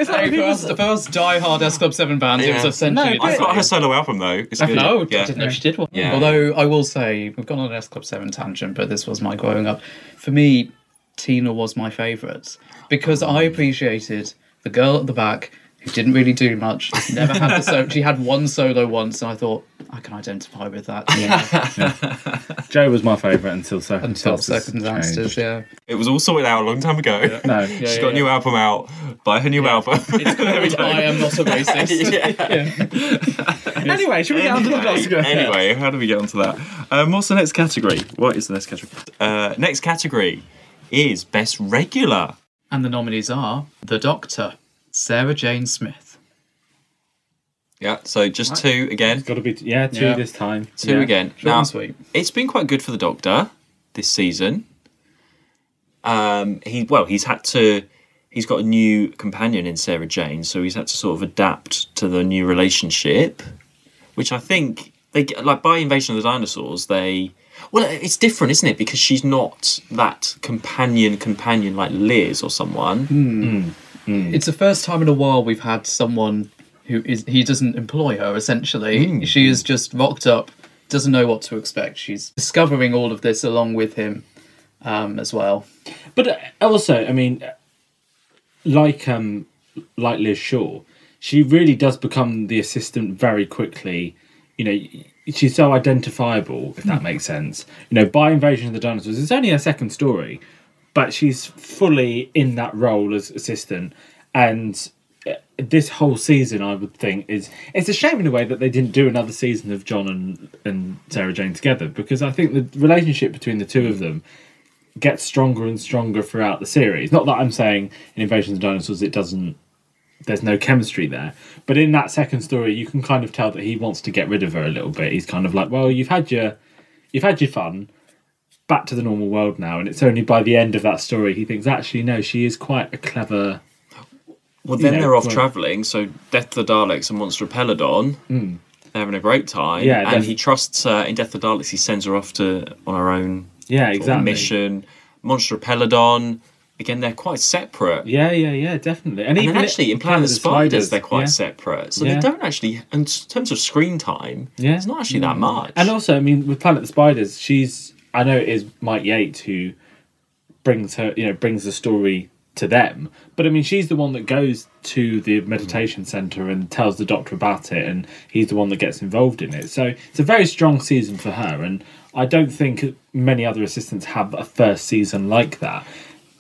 Hey, people. first, the first diehard S Club 7 band, it was Yeah. essentially. I've got her solo album though. It's good. No, I yeah. didn't know she did one. Yeah. Although I will say, we've gone on an S Club 7 tangent, but this was my growing up. For me, Tina was my favourite because I appreciated the girl at the back who didn't really do much. Never had the solo. She had one solo once, and I thought I can identify with that. Joe was my favourite until circumstances. Until circumstances, changed. yeah. It was also out a long time ago. No. she's Yeah, got a yeah, new album out. Buy her new album. There we go. I am not a racist. Anyway, should we get on to the Glasgow? Anyway, how do we get onto that? Um, what's the next category? What is the next category? Uh, next category is best regular. And the nominees are The Doctor, Sarah Jane Smith. Yeah, so just two again. Got to be yeah, two this time. Two Yeah. again. Short Now, and sweet. it's been quite good for the Doctor this season. Um, he well, he's had to. He's got a new companion in Sarah Jane, so he's had to sort of adapt to the new relationship, which I think they get- like by Invasion of the Dinosaurs. They well, it's different, isn't it? Because she's not that companion companion like Liz or someone. Hmm. It's the first time in a while we've had someone who is he doesn't employ her essentially. Hmm. She is just rocked up, doesn't know what to expect. She's discovering all of this along with him um, as well. But uh, also, I mean, like um, like Liz Shaw, she really does become the assistant very quickly. You know, she's so identifiable, if that makes sense. You know, by Invasion of the Dinosaurs, it's only her second story, but she's fully in that role as assistant. And uh, this whole season, I would think, is it's a shame in a way that they didn't do another season of John and and Sarah Jane together because I think the relationship between the two of them gets stronger and stronger throughout the series. Not that I'm saying in Invasion of the Dinosaurs it doesn't there's no chemistry there. But in that second story you can kind of tell that he wants to get rid of her a little bit. He's kind of like, Well, you've had your you've had your fun. Back to the normal world now, and it's only by the end of that story he thinks, actually, no, she is quite a clever. Well, then you know, they're off well- traveling. So Death of the Daleks and Monster of Peladon. Mm. They're having a great time. Yeah, and definitely. he trusts her in Death of the Daleks. He sends her off to on her own. Yeah, sort of exactly. Mission Monster of Peladon. Again, they're quite separate. Yeah, yeah, yeah, definitely. And, And, then even actually, in Planet of the Spiders, they're quite separate. So Yeah. they don't actually, in terms of screen time, Yeah, Hmm. it's not actually that much. And also, I mean, with Planet of the Spiders, she's I know it is Mike Yates who brings her, you know, brings the story to them. But I mean, she's the one that goes to the meditation center and tells the doctor about it, and he's the one that gets involved in it. So it's a very strong season for her, and I don't think many other assistants have a first season like that.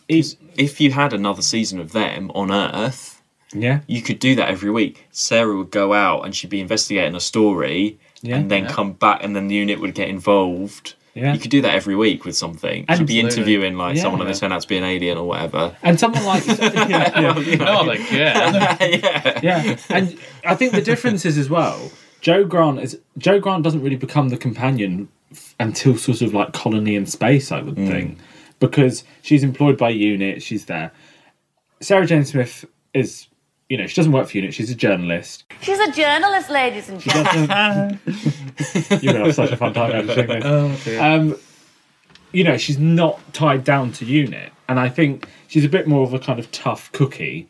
If, if you had another season of them on Earth, Yeah. you could do that every week. Sarah would go out and she'd be investigating a story, Yeah. and then Yeah. come back, and then the unit would get involved. Yeah. You could do that every week with something. She'd Absolutely. be interviewing like Yeah. someone, and they turn out to be an alien or whatever. And someone like yeah, yeah. yeah. And I think the difference is as well. Joe Grant is Joe Grant doesn't really become the companion f- until sort of like Colony in Space, I would Mm. think, because she's employed by Unit. She's there. Sarah Jane Smith is, you know, she doesn't work for Unit. She's a journalist. She's a journalist, ladies and gentlemen. You're gonna have such a fun time editing this. Oh, dear. Um, you know, she's not tied down to Unit, and I think she's a bit more of a kind of tough cookie,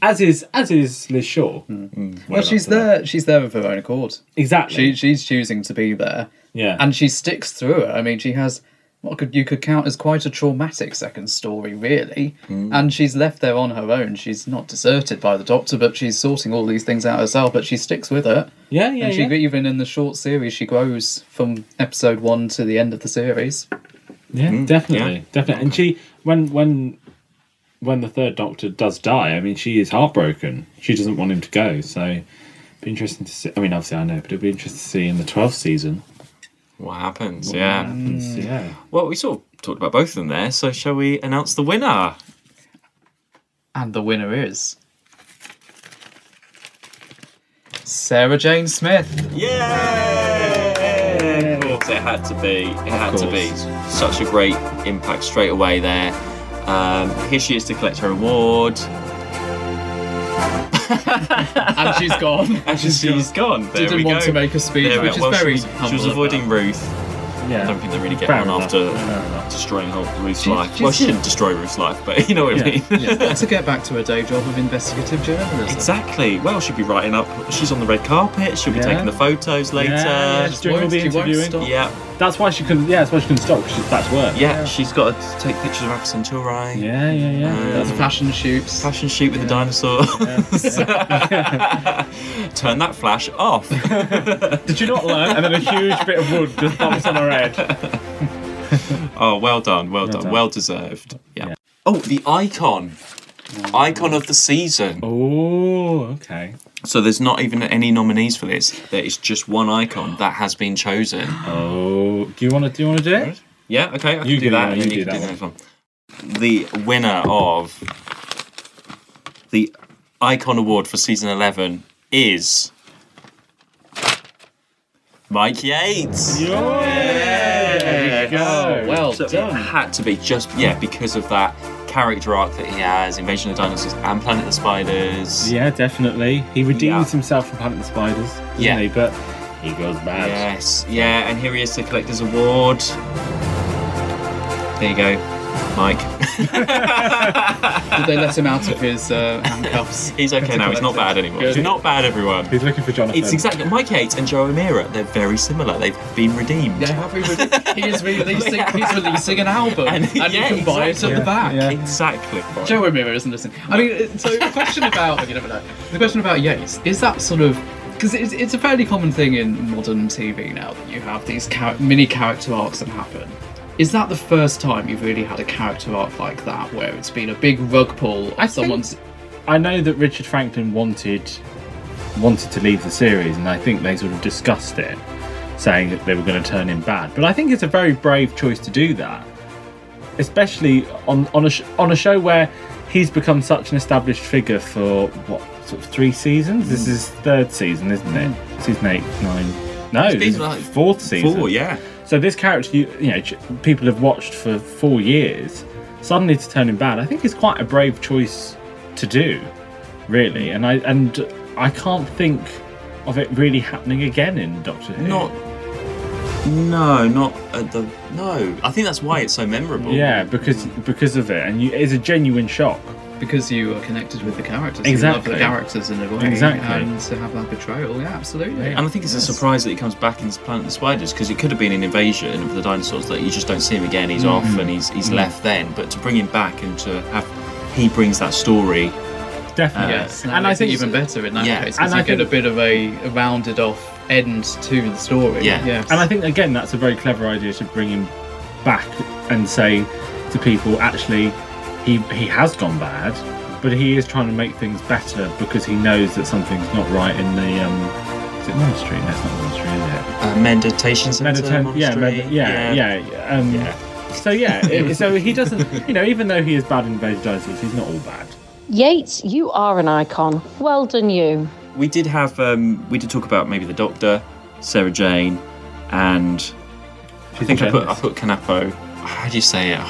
as is as is Liz Shaw. Mm. well, she's there. She's there of her own accord. Exactly. She, she's choosing to be there. Yeah. And she sticks through it. I mean, she has what could you could count as quite a traumatic second story, really. Mm. And she's left there on her own. She's not deserted by the doctor, but she's sorting all these things out herself. But she sticks with it. Yeah, yeah, And she yeah. even in the short series, she grows from episode one to the end of the series. Yeah, definitely, definitely. And she, when when when the third Doctor does die, I mean, she is heartbroken. She doesn't want him to go. So, be interesting to see. I mean, obviously, I know, but it'll be interesting to see in the twelfth season. What happens? What yeah. happens, yeah. Well, we sort of talked about both of them there. So shall we announce the winner? And the winner is Sarah Jane Smith. Yay! Of course, it had to be. It had to be such a great impact straight away there. Um, here she is to collect her award. and she's gone. And she's, she's gone. There Didn't we want go. to make a speech, There we which is are. Well, very She was, she humble was of avoiding Ruth. Yeah. I don't think they really get Fair on enough. after Fair destroying her- Ruth's She- life. she well, she did. didn't destroy Ruth's life, but you know what I mean. yeah. To get back to her day job of investigative journalism. Exactly. Well, she'll be writing up. She's on the red carpet. She'll be Yeah. taking the photos later. yeah, she's doing all the interviewing. Yeah. That's why she couldn't. Yeah, that's why she couldn't stop. 'cause she- that's work. Yeah, she's got to take pictures of Alpha Centauri. Yeah, yeah, yeah. That's fashion shoots. Fashion shoot with the dinosaur. Turn that flash off. Did you not learn? And then a huge bit of wood just bumps on her head. Oh, well done, well, done. done. well deserved. Yeah. Oh, the icon, icon of the season. Oh, okay. So there's not even any nominees for this. There is just one icon that has been chosen. Oh, do you want to? Do you want to do it? Yeah. Okay. I You can do do that. that, and then you you do can do that the next one. The winner of the icon award for season eleven is Mike Yates. There you go. Oh, Well So It done. had to be just yeah because of that character arc that he has, Invasion of the Dinosaurs and Planet of the Spiders. Yeah, definitely. He redeems Yeah. himself from Planet of the Spiders, doesn't Yeah. he? But he goes bad. Yes, yeah, and here he is, the Collector's Award. There you go, Mike. Did they let him out of his uh, handcuffs? He's okay now. He's not bad anymore. He's not bad, everyone. He's looking for Jonathan. It's exactly Mike Yates and Joe O'Meara. They're very similar. They've been redeemed. Yeah, have we re- he is releasing, he's releasing an album, and, yeah, you can buy it at exactly. the back. Exactly. Joe O'Meara isn't listening. I mean, so the question about you never know. The question about Yates is that sort of because it's, it's a fairly common thing in modern TV now that you have these char- mini character arcs that happen. Is that the first time you've really had a character arc like that where it's been a big rug pull of someone's? I know that Richard Franklin wanted wanted to leave the series, and I think they sort of discussed it, saying that they were going to turn him bad. But I think it's a very brave choice to do that, especially on on a sh- on a show where he's become such an established figure for what sort of three seasons. This Mm. is his third season, isn't it? Season eight, nine. No, Hmm. It's been this is like fourth season. four, yeah. So this character, you, you know, ch- people have watched for four years. Suddenly to turn him bad, I think is quite a brave choice to do, really. And I and I can't think of it really happening again in Doctor Who. Not. No, not at the. No, I think that's why it's so memorable. Yeah, because because of it, and you, it's a genuine shock. Because you are connected with the characters, you love exactly the characters in a way, Exactly. and to have that betrayal, yeah, absolutely. And I think it's a surprise that he comes back in Planet of the Spiders because it could have been an invasion of the dinosaurs that you just don't see him again. He's Mhm. off and he's he's Mhm. left then. But to bring him back and to have he brings that story. Definitely. Yes, and I think even better in that Yeah. case And because you I get think- a bit of a, a rounded off end to the story. Yes. And I think again that's a very clever idea to bring him back and say to people, actually, he he has gone bad, but he is trying to make things better because he knows that something's not right in the um is it monastery? No, it's not monastery, Uh, is meditation it? center. Medita- yeah, monastery. med- yeah, yeah, yeah. Um, So yeah, it- so he doesn't. You know, even though he is bad in Beige Diocese, he's not all bad. Yates, you are an icon. Well done, you. We did have um, we did talk about maybe the Doctor, Sarah Jane, and I think I put I put Canapo. How do you say it?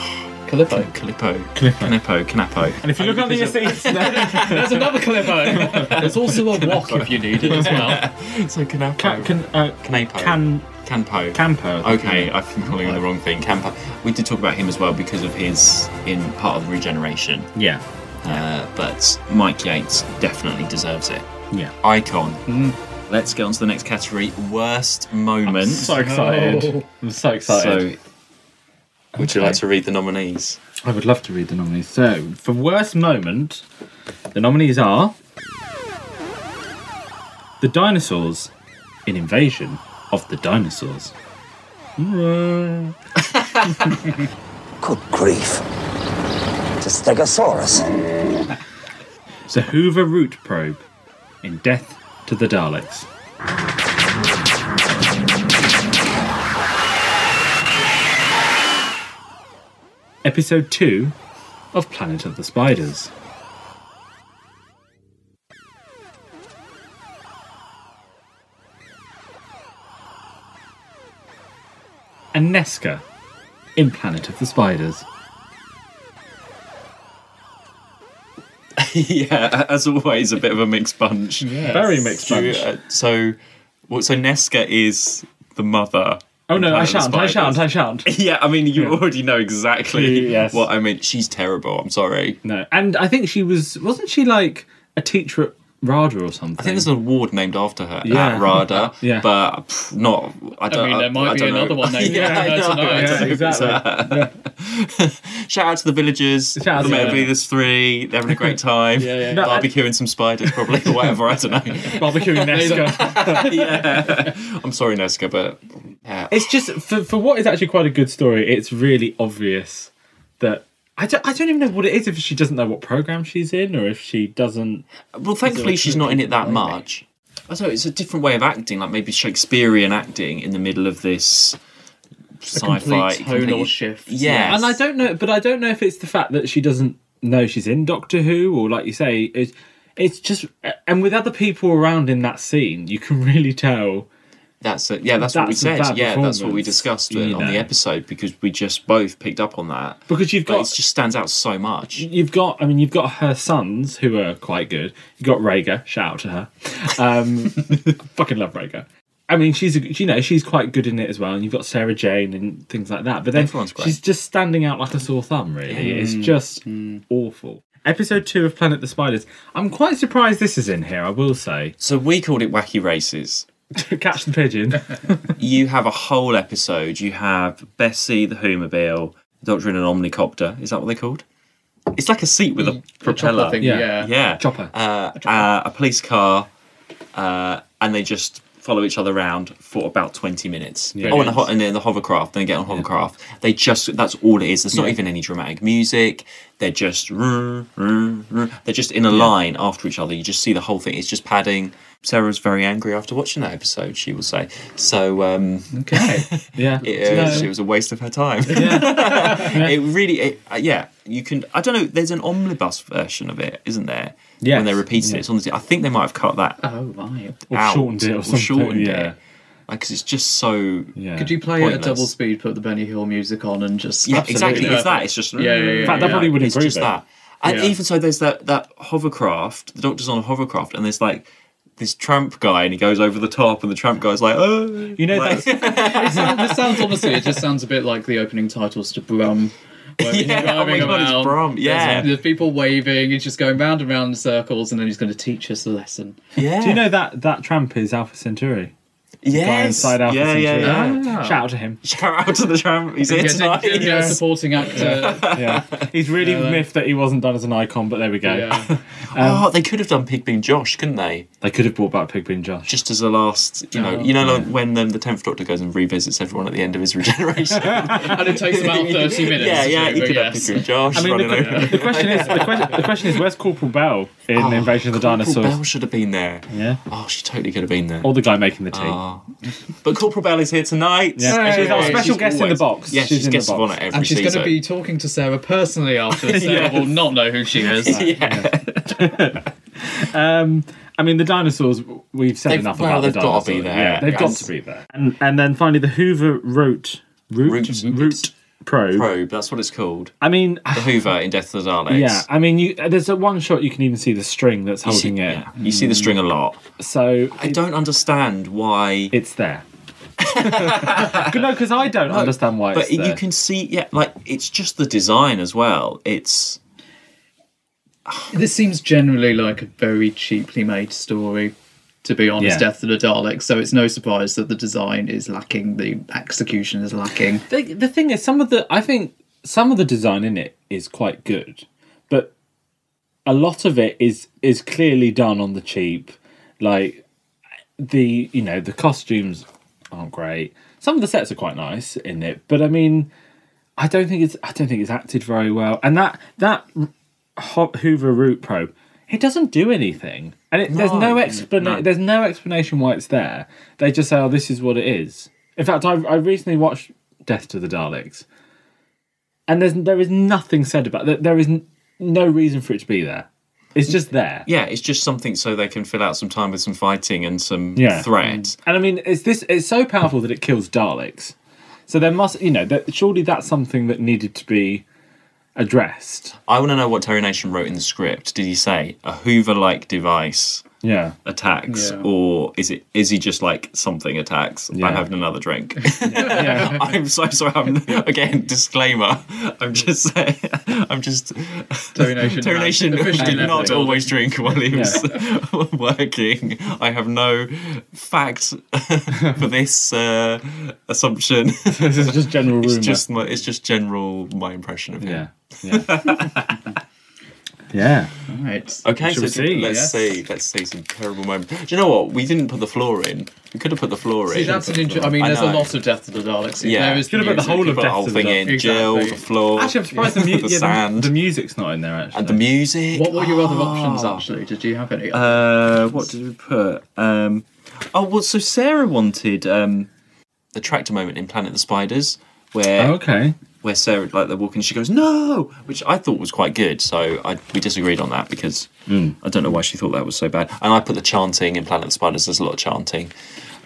Calippo. Calippo. Calippo. Canapo. And if you look under your seats, there's another Calippo. There's also a wok if you need it as well. so Canapo. Can, can, uh, Canepo. Can Campo. Campo. I think Okay, it I've been calling him the wrong thing. Campo. We did talk about him as well because of his in part of the regeneration. Yeah. Uh, but Mike Yates definitely deserves it. Yeah. Icon. Let's get on to the next category. Worst moment. Mm-hmm. so excited. Oh. I'm so excited. So, would you like to read the nominees? I would love to read the nominees. So, for worst moment, the nominees are the dinosaurs in Invasion of the Dinosaurs. Good grief. It's a stegosaurus. The Hoover Root Probe in Death to the Daleks. Episode 2 of Planet of the Spiders. And Nesca in Planet of the Spiders. yeah, as always, a bit of a mixed bunch. Yes. Very mixed Do you- bunch. uh, so, what? So Nesca is the mother. Oh in no, I Planet of the shan't, I Spiders. shan't, I shan't. Yeah, I mean, you already know exactly Yes. what I mean. She's terrible. I'm sorry. No, and I think she was wasn't she like a teacher at Rada or something. I think there's an award named after her, Yeah. at RADA, Yeah. but pff, not. I don't. mean, there might I be don't know. another one named yeah, after her I know, tonight. I don't know Yeah, if it's her. Shout out to the villagers. Shout out out to the them. Metavita's three. They're having a great time. yeah, yeah. No, and- Barbecuing some spiders, probably or whatever. I don't know. Barbecuing Nesca. I'm sorry, Nesca, but yeah. it's just for for what is actually quite a good story. It's really obvious that. I don't, I don't even know what it is if she doesn't know what program she's in or if she doesn't. Well, thankfully, she's not in it that much. I don't know, it's a different way of acting, like maybe Shakespearean acting in the middle of this sci-fi complete tonal complete- shift. Yes. and I don't know, but I don't know if it's the fact that she doesn't know she's in Doctor Who, or like you say, it's it's just and with other people around in that scene, you can really tell. That's it. Yeah, that's, what we That's a bad said. Yeah, that's what we performance, discussed uh, you on know. the episode because we just both picked up on that. Because you've But got- Mm. it just stands out so much. You've got, I mean, you've got her sons who are quite good. You've got Rhaegar. Shout out to her. Um, fucking love Rhaegar. I mean, she's a, you know she's quite good in it as well, and you've got Sarah Jane and things like that. But then Everyone's great. she's just standing out like a sore thumb. Really, it's Mm. just awful. Episode two of Planet the Spiders. I'm quite surprised this is in here. I will say. So we called it Wacky Races. Catch the pigeon. you have a whole episode. You have Bessie, the Hoomobile, Doctor in an Omnicopter. Is that what they're called? It's like a seat with a propeller. thing, Yeah. yeah. Chopper. Uh, uh, a police car, uh, and they just follow each other around for about 20 minutes. Yeah. Oh, and the, ho- and then the hovercraft. Then they get on hovercraft. They just, that's all it is. There's not Yeah. even any dramatic music. They're just, "Rrr, rrr, rrr." they're just in a line after each other. You just see the whole thing. It's just padding. Sarah was very angry after watching that episode, she will say. So, um, okay. yeah. it, uh, it was a waste of her time. it really, it, uh, yeah. You can. I don't know. There's an omnibus version of it, isn't there? Yes. When they repeated it, it's on the. I think they might have cut that Oh, right. Or out shortened it or something, shortened yeah. it. Because it's just so. Yeah. Could you play it at double speed, put the Benny Hill music on, and just Yeah, exactly. It's that. It's just. yeah, yeah, yeah, In yeah. fact, it's just that. And Yeah. even so, there's that that hovercraft. The doctor's on a hovercraft, and there's like this tramp guy, and he goes over the top, and the tramp guy's like, oh, you know, like, it sounds, it sounds honestly, it just sounds a bit like the opening titles to Brum. where he's Yeah, oh driving my God, it's around, Brum, there's- yeah. there's people waving. He's just going round and round in circles, and then he's going to teach us a lesson. Yeah. Do you know that that tramp is Alpha Centauri? The guy Yes. inside Alpha Yeah, Centauri. yeah, yeah. Ah. Shout out to him. Shout out to the tramp. He's here Get a- tonight. get a supporting actor. Yeah. He's really Yeah. miffed that he wasn't done as an icon, but there we go. Yeah. Um, oh, they could have done Pigbean Josh, couldn't they? They could have brought back Pigbean Josh. Just as a last, you know, Oh. you know, like when um, the tenth Doctor goes and revisits everyone at the end of his regeneration, and it takes about 30 minutes. Yeah, yeah, you but could have yes. Pigbean Josh. I mean, running the, over. the question is, the question, the question is, where's Corporal Bell in Oh, Invasion of the Corporal Dinosaurs? Bell should have been there. Yeah. Oh, she totally could have been there. Or the guy making the tea. Oh. But Corporal Bell is here tonight. Yeah. And she's our special guest in the always- box. Yeah, She's she's, in the guest of box. honor every And she's going season. to be talking to Sarah personally after. Sarah Yes. will not know who she is. Um, I mean, the dinosaurs. We've said They've- enough well, about they've the gotta dinosaurs. be there. Yeah, they've got Yes. to be there. And and then finally, the Hoover root root root, probe. Probe. That's what it's called. I mean, The Hoover in Death of the Daleks. yeah. I mean, you there's a one shot you can even see the string that's You see- holding it. yeah, you see the string a lot. So I don't understand why it's there. no, because I don't understand why. But it's you there. can see, yeah, like it's just the design as well. It's This seems generally like a very cheaply made story, to be honest, Yeah. Death of the Daleks, so it's no surprise that the design is lacking, the execution is lacking. The, the thing is, some of the I think some of the design in it is quite good, but a lot of it is is clearly done on the cheap. Like the you know the costumes aren't great. Some of the sets are quite nice in it, but I mean, I don't think it's I don't think it's acted very well. And that that Ho- Hoover root probe, it doesn't do anything. And it, there's No, no explanation. no. There's no explanation why it's there. They just say, "Oh, this is what it is." In fact, I, I recently watched Death to the Daleks, and there's there is nothing said about that. There is n- no reason for it to be there. It's just there. yeah, it's just something so they can fill out some time with some fighting and some Yeah. threat. And I mean, it's this. It's so powerful that it kills Daleks. So there must, you know, that surely that's something that needed to be addressed. I want to know what Terry Nation wrote in the script. Did he say a Hoover-like device? Yeah. attacks, Yeah. or is it is he just like something attacks? I'm having another drink. I'm so sorry. I'm again disclaimer. I'm just saying. I'm just Termination. Termination had officially did left not the always drink while he was working. I have no fact for this uh, assumption. this is just general It's rumour. just my, it's just general my impression of him. Yeah. All right. Okay, Shall so we see? let's Yes. see. Let's see some terrible moments. Do you know what? We didn't put the floor in. We could have put the floor See, in. that's an interesting. I mean, there's a lot of Death to the Daleks. Yeah. there is Could have put the music. whole of Put the Death whole to the thing Daleks. in, Jill, the floor, Actually, I'm surprised the, mu- the yeah, sand. The, the music's not in there, actually. And the music. What were your other Ah. options? Actually, did you have any? Uh, what did we put? Um, oh, well, so Sarah wanted um, the tractor moment in Planet of the Spiders, where Oh, okay. where Sarah like they're walking, she goes no, which I thought was quite good. So I we disagreed on that because Mm. I don't know why she thought that was so bad. And I put the chanting in Planet of the Spiders. There's a lot of chanting,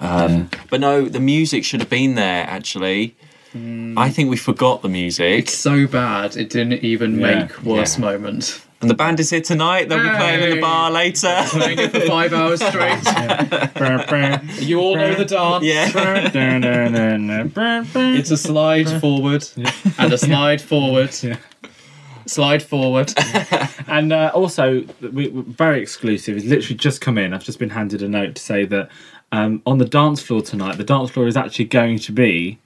um, but no, the music should have been there actually. I think we forgot the music. It's so bad it didn't even make worse moment. And the band is here tonight. They'll be playing in the Hey. bar later. Playing it for five hours straight. you all know the dance. it's a slide forward and a slide forward. Slide forward. and uh, also, we, we're very exclusive. It's literally just come in. I've just been handed a note to say that um, on the dance floor tonight, the dance floor is actually going to be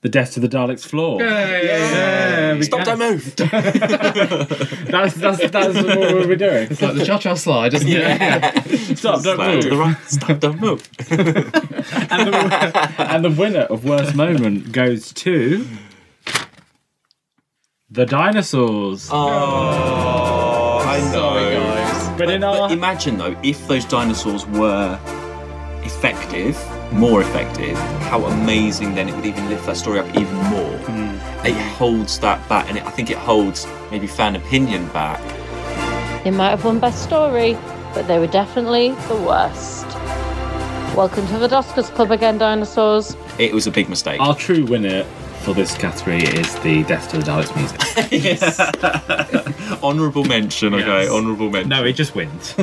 the Death of the Daleks floor. Stop, don't move. that's, that's, that's what we'll be doing. It's like the cha cha slide, isn't it? Stop, don't Slide move. to the right, stop, don't move. and the winner of Worst Moment goes to. The dinosaurs. Oh, I know. Sorry, guys. But, imagine though, if those dinosaurs were effective, more effective, how amazing then it would even lift that story up even more. It holds that back, and it, I think it holds maybe fan opinion back. They might have won best story, but they were definitely the worst. Welcome to the Doskers Club again, dinosaurs. It was a big mistake. Our true winner for this category is the Death to the Daleks music. honourable mention, okay? Honourable mention. No, it just wins.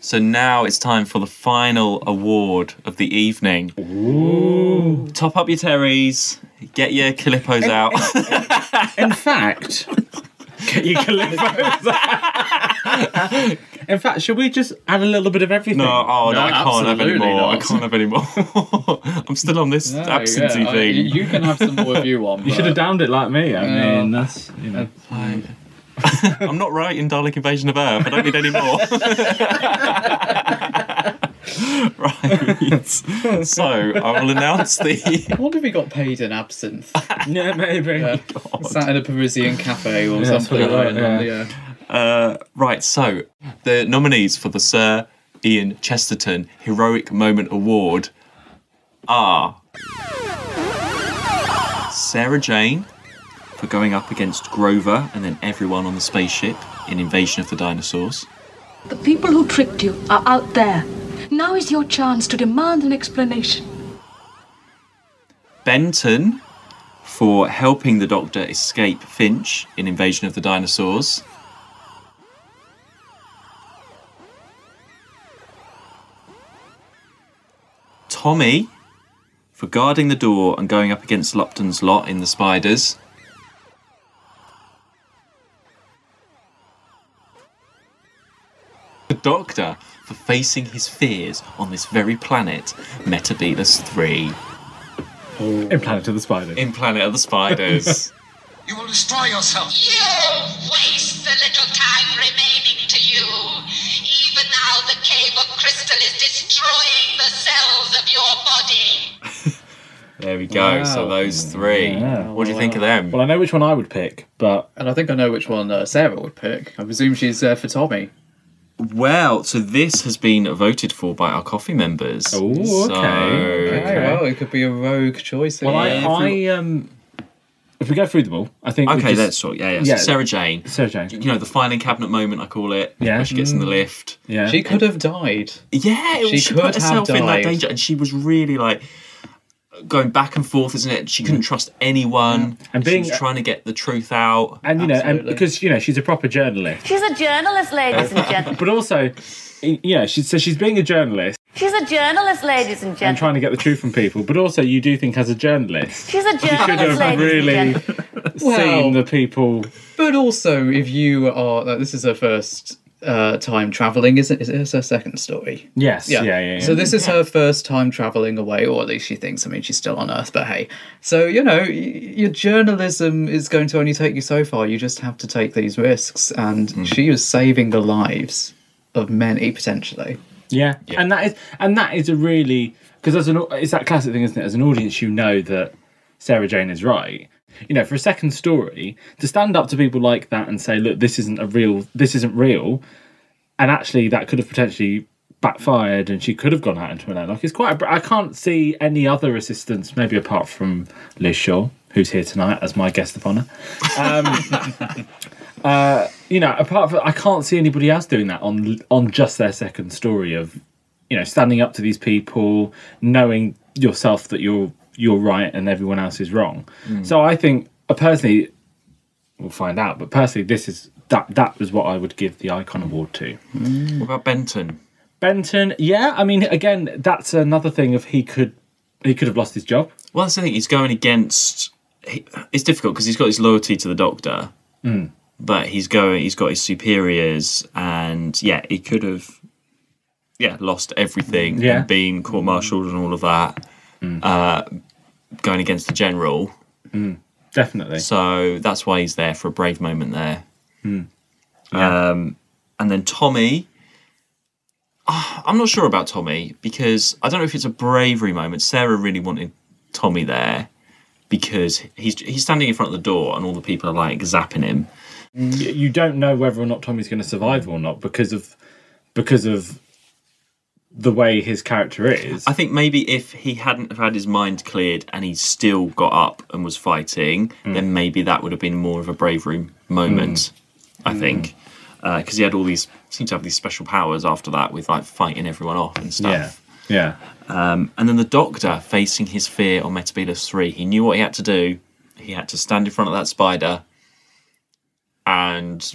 so now it's time for the final award of the evening. Top up your terries, get your calippos out. In fact, get your calippos out. In fact, should we just add a little bit of everything? No, oh no, I can't have any absolutely more. I not. can't have any more. I'm still on this absentee yeah, I- thing. you can have some more if you want. You should have downed it like me. I Yeah. mean, that's you know. I'm not right in Dalek Invasion of Earth. I don't need any more. right. So I will announce the. I wonder if he got paid in absinthe. yeah, maybe. Sat in a Parisian cafe or Yeah, that's something. what it like was, that, yeah. yeah. Uh, right, so the nominees for the Sir Ian Chesterton Heroic Moment Award are Sarah Jane for going up against Grover and then everyone on the spaceship in Invasion of the Dinosaurs. The people who tricked you are out there. Now is your chance to demand an explanation. Benton for helping the Doctor escape Finch in Invasion of the Dinosaurs. Tommy for guarding the door and going up against Lupton's lot in The Spiders. The Doctor for facing his fears on this very planet, Metabolus 3. In Planet of the Spiders. In Planet of the Spiders. You will destroy yourself. You waste the little time remaining to you. Even now, the cave of crystal is destroying the cells of your body. there we go. So Wow. those three. Yeah. What do you think of them? Well, I know which one I would pick, but And I think I know which one uh, Sarah would pick. I presume she's uh, for Tommy. Well, so this has been voted for by our coffee members. Oh, okay. Okay, Oh, well, it could be a rogue choice. well, I, I um, if we go through them all, I think. we Okay, just- that's sort. Yeah, yeah. So Sarah Jane. Sarah Jane. You know the filing cabinet moment I call it. Yeah. Where she gets in the lift. Yeah. She could have died. Yeah, it- She she, could have put herself in that died. danger, and she was really like, going back and forth, isn't it? She couldn't trust anyone, And and being- being she was trying to get the truth out. And you know, and because you know she's a proper journalist. She's a journalist, ladies and gentlemen. but also, you know, she, so she's being a journalist She's a journalist, ladies and and gentlemen. trying to get the truth from people. But also, you do think as a journalist, She's a you should journalist, ladies have and really gentlemen. seen the people. But also, if you are, like, this is her first uh, time traveling, isn't is it? It's her second story. Yes, yeah, yeah, yeah. So this is her first time traveling away, or at least she thinks. I mean, she's still on Earth, but hey. So you know, y- your journalism is going to only take you so far. You just have to take these risks, and Mm. she is saving the lives of many potentially. Yeah. and that is and that is a really because as an au- it's that classic thing, isn't it? As an audience, you know that Sarah Jane is right. You know, for a second story, to stand up to people like that and say, "Look, this isn't a real, this isn't real," and actually that could have potentially backfired, and she could have gone out into an airlock. It's quite. A, br- I can't see any other assistance, maybe apart from Liz Shaw, who's here tonight as my guest of honour. Um, uh, you know, apart from I can't see anybody else doing that on on just their second story of, you know, standing up to these people, knowing yourself that you're you're right and everyone else is wrong. So I think uh, personally, we'll find out. But personally, this is that that was what I would give the Icon Award to. What about Benton? Benton, yeah, I mean, again, that's another thing of he could he could have lost his job. Well, that's the thing. He's going against. He, it's difficult because he's got his loyalty to the Doctor, Mm. but he's going. He's got his superiors, and yeah, he could have, yeah, lost everything Yeah. and been court-martialed and all of that. Uh, going against the general, Mm, definitely. so that's why he's there for a brave moment there. Mm. Um, and then Tommy. Ah, I'm not sure about Tommy because I don't know if it's a bravery moment. Sarah really wanted Tommy there because he's he's standing in front of the door and all the people are like zapping him. Y- You don't know whether or not Tommy's going to survive or not because of because of the way his character is. I think maybe if he hadn't have had his mind cleared and he still got up and was fighting, then maybe that would have been more of a bravery moment. I think because he had all these seemed to have these special powers after that with like fighting everyone off and stuff. Yeah. Yeah. Um, and then the Doctor facing his fear on Metabolus 3. He knew what he had to do. He had to stand in front of that spider and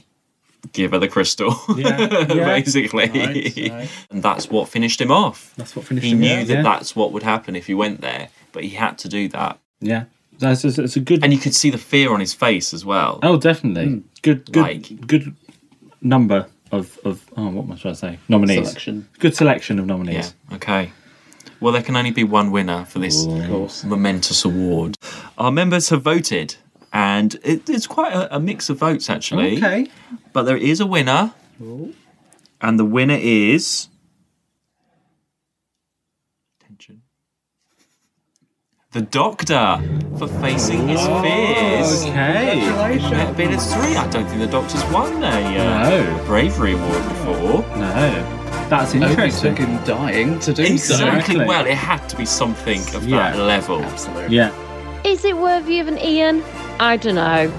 give her the crystal, Yeah, yeah. basically. Nice, nice. And that's what finished him off. That's what finished he him, knew yeah, that yeah. that's what would happen if he went there, but he had to do that. Yeah. That's just, it's a good. And you could see the fear on his face as well. Oh, definitely. Good. Good. Like- good number of of oh, what must I say? Nominees. Selection. Good selection of nominees. Yeah. Okay. Well, there can only be one winner for this momentous award. Our members have voted, and it, it's quite a, a mix of votes actually. Okay. But there is a winner, and the winner is. Attention. The Doctor for facing his Oh. fears. Okay. Congratulations. That being a three, I don't think the Doctor's won a uh, No. bravery award before. No. That's Only interesting. took him dying to do so. Exactly. Well, it had to be something of that level. Absolutely. Yeah. Is it worthy of an Ian? I don't know.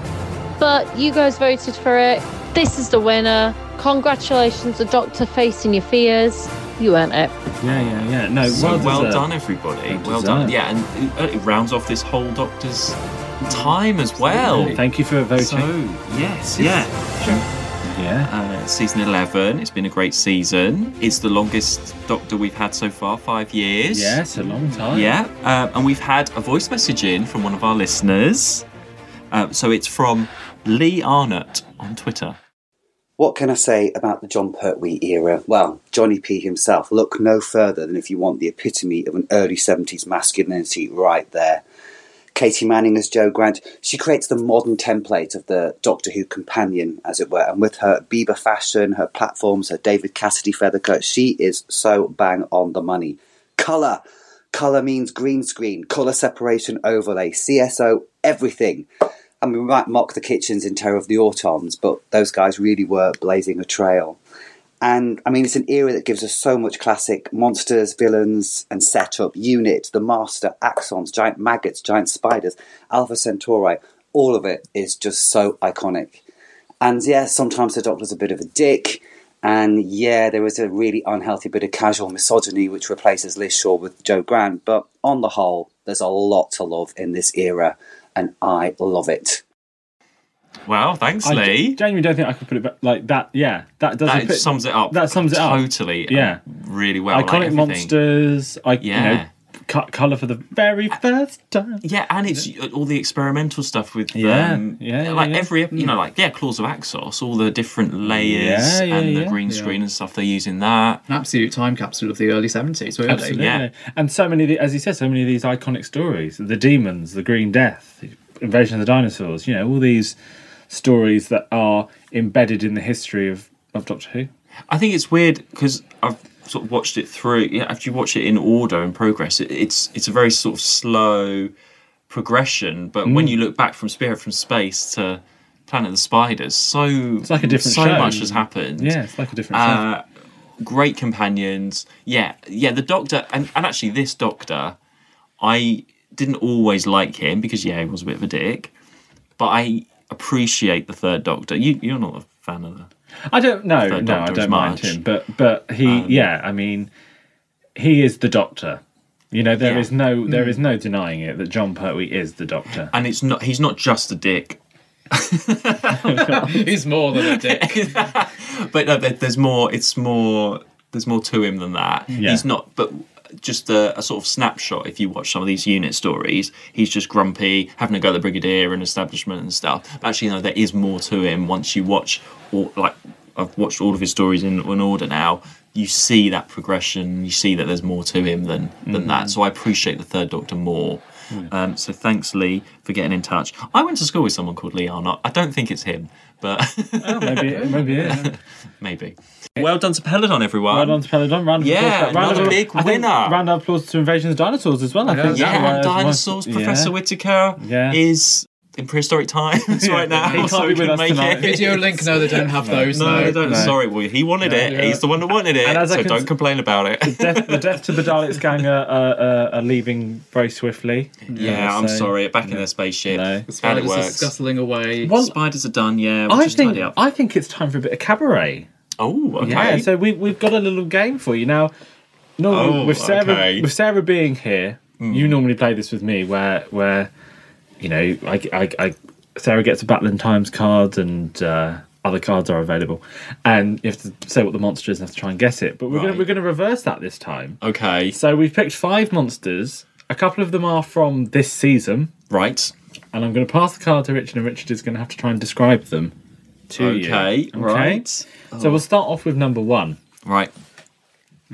But you guys voted for it. This is the winner. Congratulations, the doctor facing your fears. You earned it. Yeah. Yeah. Yeah. No. So well, well deserved. done, everybody. Well, deserved. done. Yeah, and it- uh, it rounds off this whole Doctor's time as well. Thank you for voting. So, yes, yeah. Yeah. Uh, season 11, it's been a great season. It's the longest Doctor we've had so far, five years. Yes, a long time. Yeah, um, and we've had a voice message in from one of our listeners. Uh, so it's from Lee Arnott on Twitter. What can I say about the John Pertwee era? Well, Johnny P himself. Look no further than if you want the epitome of an early 70s masculinity right there. Katie Manning as Joe Grant. She creates the modern template of the Doctor Who companion, as it were, and with her Bieber fashion, her platforms, her David Cassidy feather coat, she is so bang on the money. Colour. Colour means green screen, colour separation overlay, CSO, everything. I mean, we might mock the kitchens in Terror of the Autons, but those guys really were blazing a trail. And I mean, it's an era that gives us so much classic monsters, villains, and setup, unit, the master, axons, giant maggots, giant spiders, Alpha Centauri. All of it is just so iconic. And yeah, sometimes the Doctor's a bit of a dick, And yeah, there was a really unhealthy bit of casual misogyny which replaces Liz Shaw with Joe Grant. But on the whole, there's a lot to love in this era, and I love it. Well, thanks, I Lee. ge- genuinely don't think I could put it back like that. Yeah, that does. That put- sums it up. That sums it up totally. and Yeah. really well. like Iconic everything. monsters. I, You Yeah. Uh, know, cut color for the very first time. Yeah, and it's uh, all the experimental stuff with Yeah, um, yeah, yeah, like yeah. Mm. every ep- you know, like yeah, Claws of Axos, all the different layers Yeah, yeah, and the yeah. green Yeah. screen and stuff they're using that. An absolute time capsule of the early seventies, really. Absolutely. And so many, of the, as you said, so many of these iconic stories the demons, the Green Death, Invasion of the Dinosaurs, you know, all these stories that are embedded in the history of, of Doctor Who. I think it's weird because I've sort of watched it through. Yeah, after you watch it in order in progress, it, it's it's a very sort of slow progression. But when Mm. you look back from Spirit from Space to Planet of the Spiders, so it's like a different so show. much has happened. Yeah, it's like a different show. Uh, great companions. Yeah, yeah. The Doctor and, and actually this Doctor, I didn't always like him because yeah, he was a bit of a dick. But I appreciate the Third Doctor. You you're not a fan of the I don't know. Third No, I Doctor as don't mind much. Um, him, but but he, yeah, I mean, he is the Doctor. You know, there Yeah. is no there Mm. is no denying it that John Pertwee is the Doctor. and it's not he's not just a dick. he's more than a dick. but no, there- there's more. It's more. There's more to him than that. Yeah. He's not. But just a, a sort of snapshot. If you watch some of these unit stories, he's just grumpy, having a go at the brigadier and establishment and stuff. But actually, no, there is more to him. Once you watch, all, like I've watched all of his stories in, in order now. You see that progression. You see that there's more to him than than that. So I appreciate the Third Doctor more. Um, so thanks, Lee, for getting in touch. I went to school with someone called Lee Arnott. I don't think it's him, but Oh, maybe maybe yeah. Maybe. Well done to Peladon, everyone. Well done to Peladon. Round of Yeah, applause. for- round another of, big I think winner. Round of applause to Invasion of the Dinosaurs as well. I, think that yeah, and was- dinosaurs. yeah. Professor Whitaker Yeah. is in prehistoric times Yeah. right now. He can't so be he with couldn't us make tonight. it. Video link, no, they don't have those. No, they don't. No. Sorry, well, he wanted No, it. yeah. He's the one that wanted it. And as I so can- don't complain about it. death, the death to the Daleks gang are, are, uh, are, are leaving very swiftly. Yeah, I'm So- sorry. Back in their spaceship. That's how Spiders it are works. scuttling away. Spiders are done. Yeah, we'll I just think tidy up. I think it's time for a bit of cabaret. Oh, okay. Yeah, so we, we've got a little game for you now. Normally, Oh, with Sarah okay. Hmm. with Sarah being here, you normally play this with me, where where you know I, I, I Sarah gets a Battling Times card and uh, other cards are available, and you have to say what the monster is and have to try and guess it. But we're gonna Right. we're gonna reverse that this time. Okay. So we've picked five monsters. A couple of them are from this season, right? And I'm gonna pass the card to Richard, and Richard is gonna have to try and describe them to you. Okay, right. So we'll start off with number one. Right.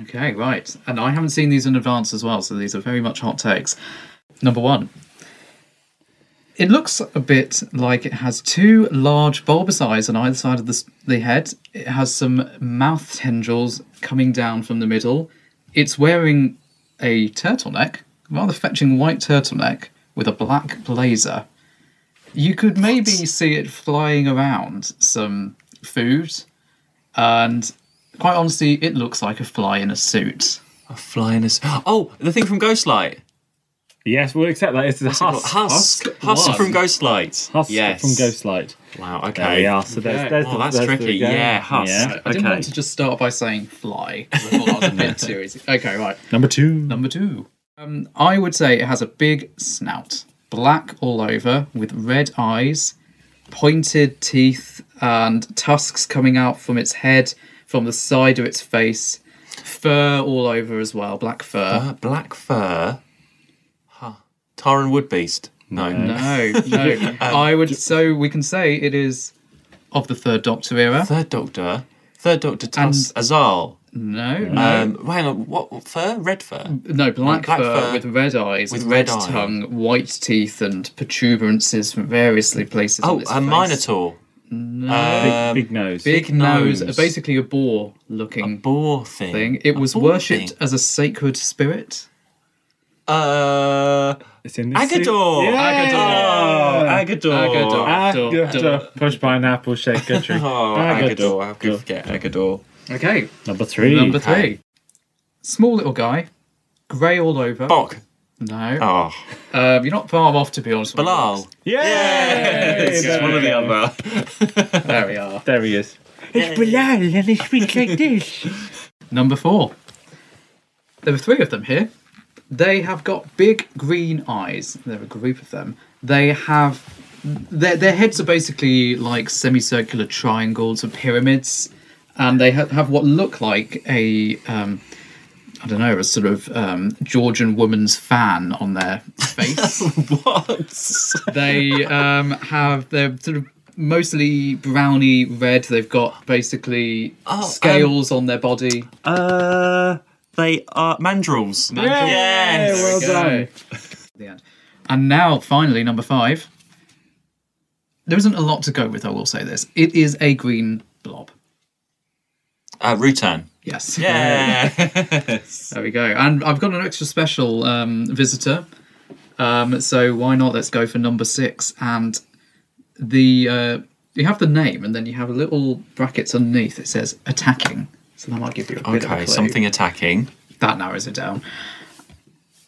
Okay, right. And I haven't seen these in advance as well, so these are very much hot takes. Number one. It looks a bit like it has two large bulbous eyes on either side of the, s- the head. It has some mouth tendrils coming down from the middle. It's wearing a turtleneck, rather fetching white turtleneck, with a black blazer. You could maybe see it flying around some food, and quite honestly, it looks like a fly in a suit. A fly in a suit. Oh, the thing from Ghostlight. Yes, we'll accept that. It's a What's it called? husk. Husk. Husk, One. from Ghostlight. Husk yes. from Ghostlight. Wow. Okay. There we are. So there's, Okay. there's Oh, the- that's there's the tricky. game. Yeah, husk. Yeah. I didn't want to just start by saying fly. 'cause I thought that was a bit too easy. Okay, right. Number two. Number two. Um, I would say it has a big snout, black all over, with red eyes, pointed teeth, and tusks coming out from its head, from the side of its face, fur all over as well, black fur. Uh, black fur. Huh. Taran Woodbeast. No. No, no. I would. So we can say it is of the Third Doctor era. Third Doctor. Third Doctor Tus Azal. No, no. Um, hang on, what, what fur? Red fur? No, black, Black fur, fur with red eyes, with with red red, eye. tongue, white teeth, and protuberances from variously places. on Oh, its a face. Minotaur. No. Um, big, big nose. Big, Big nose, nose. basically a boar looking boar thing. thing. It A was boar worshipped thing. as a sacred spirit. Uh, it's in this Agador. suit. Yeah. Agador. Agador. Agador. Agador. Pushed by an apple shaker tree. Oh, Agador. How could you forget Agador? Okay, Number three. number three. Small little guy, grey all over. Bok. No. Oh. Um, you're not far off, to be honest. Bilal. Yeah. It's just one or the other. There we are. There he is. It's banal and it sweet like this. Number four. There were three of them here. They have got big green eyes. They're a group of them. They have. Their, their heads are basically like semicircular triangles or pyramids, and they ha- have what look like a. Um, I don't know, a sort of um, Georgian woman's fan on their face. what? They um, have, they're sort of mostly browny red. They've got basically um, scales on their body. Uh, they are mandrels. Mandrels. Yes. Yay, well done. The end. And now, finally, number five. There isn't a lot to go with, I will say this. It is a green blob. Uh, Rutan. Yes. Yeah. there we go. And I've got an extra special um, visitor. Um, so why not? Let's go for number six. And the uh, you have the name, and then you have little brackets underneath. It says attacking. So that might give you a bit of a Okay, clue. something attacking. That narrows it down.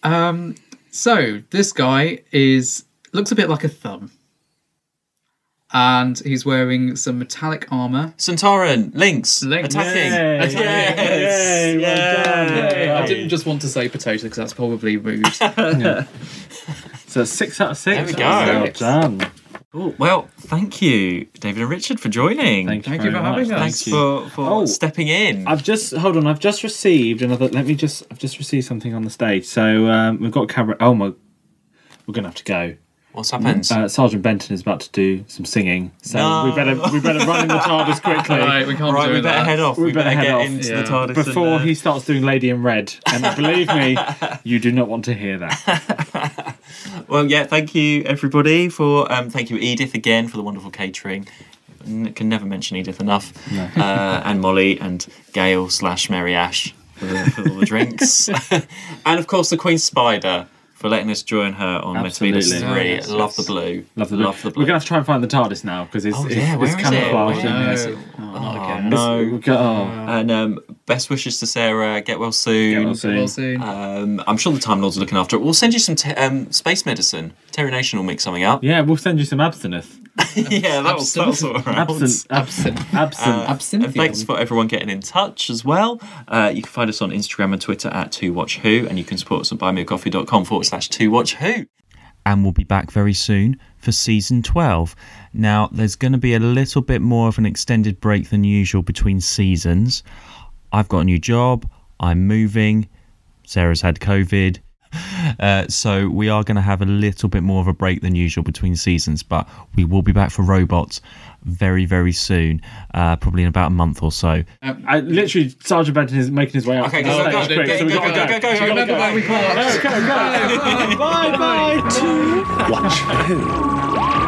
Um, so this guy is looks a bit like a thumb, and he's wearing some metallic armor. Centauran, Lynx, attacking. Attacking. Yes. Yay. I Yay. didn't just want to say potato because that's probably rude. So six out of six. There we go. Well done. Cool. Oh, Well, thank you, David and Richard, for joining. Thank you Thank you very for much. having us. Thanks Thank for, you. for Oh. stepping in. I've just hold on. I've just received another. Let me just. I've just received something on the stage. So um, we've got camera. Oh my! We're gonna have to go. What's happened? Uh, Sergeant Benton is about to do some singing, so we better we better run in the TARDIS quickly. Right, we can't Right, do we better that. head off. We, We better, better head get off into the Yeah. TARDIS and, before uh, he starts doing Lady in Red. And believe me, you do not want to hear that. Well, yeah, thank you everybody for um, thank you Edith again for the wonderful catering. N- can never mention Edith enough. No. Uh, and Molly and Gail slash Mary Ash for, the, for all the drinks, and of course the Queen Spider for letting us join her on Metamedus Absolutely. Three. Oh, Yes, Love yes. the blue. Love the blue. Love the blue. We're gonna have to try and find the TARDIS now because it's Oh it's, yeah, where it's is camouflaged it? in Where is here. it? Oh, no. It's- we've got- oh. And um, best wishes to Sarah. Get well soon. Get well soon. Get well Um, I'm sure the Time Lords are looking after it. We'll send you some te- um, space medicine. Terry Nation will make something up. Yeah, we'll send you some absinthe. yeah, that was, that was all right. Absinthe. Absinthe. Absinthe. Uh, and thanks for everyone getting in touch as well. Uh, you can find us on Instagram and Twitter at 2WatchWho, and you can support us at buymeacoffee.com forward slash 2WatchWho. And we'll be back very soon for season 12. Now, there's going to be a little bit more of an extended break than usual between seasons. I've got a new job, I'm moving, Sarah's had COVID. Uh, so we are going to have a little bit more of a break than usual between seasons, but we will be back for robots very, very soon, uh, probably in about a month or so. I literally, Sergeant Benton is making his way up. Okay, to the go, go, stage go, quick, so go, we go, gotta go, go, go, We go, go, go, gotta go. Let's go, go. Bye, bye, two. Watch who.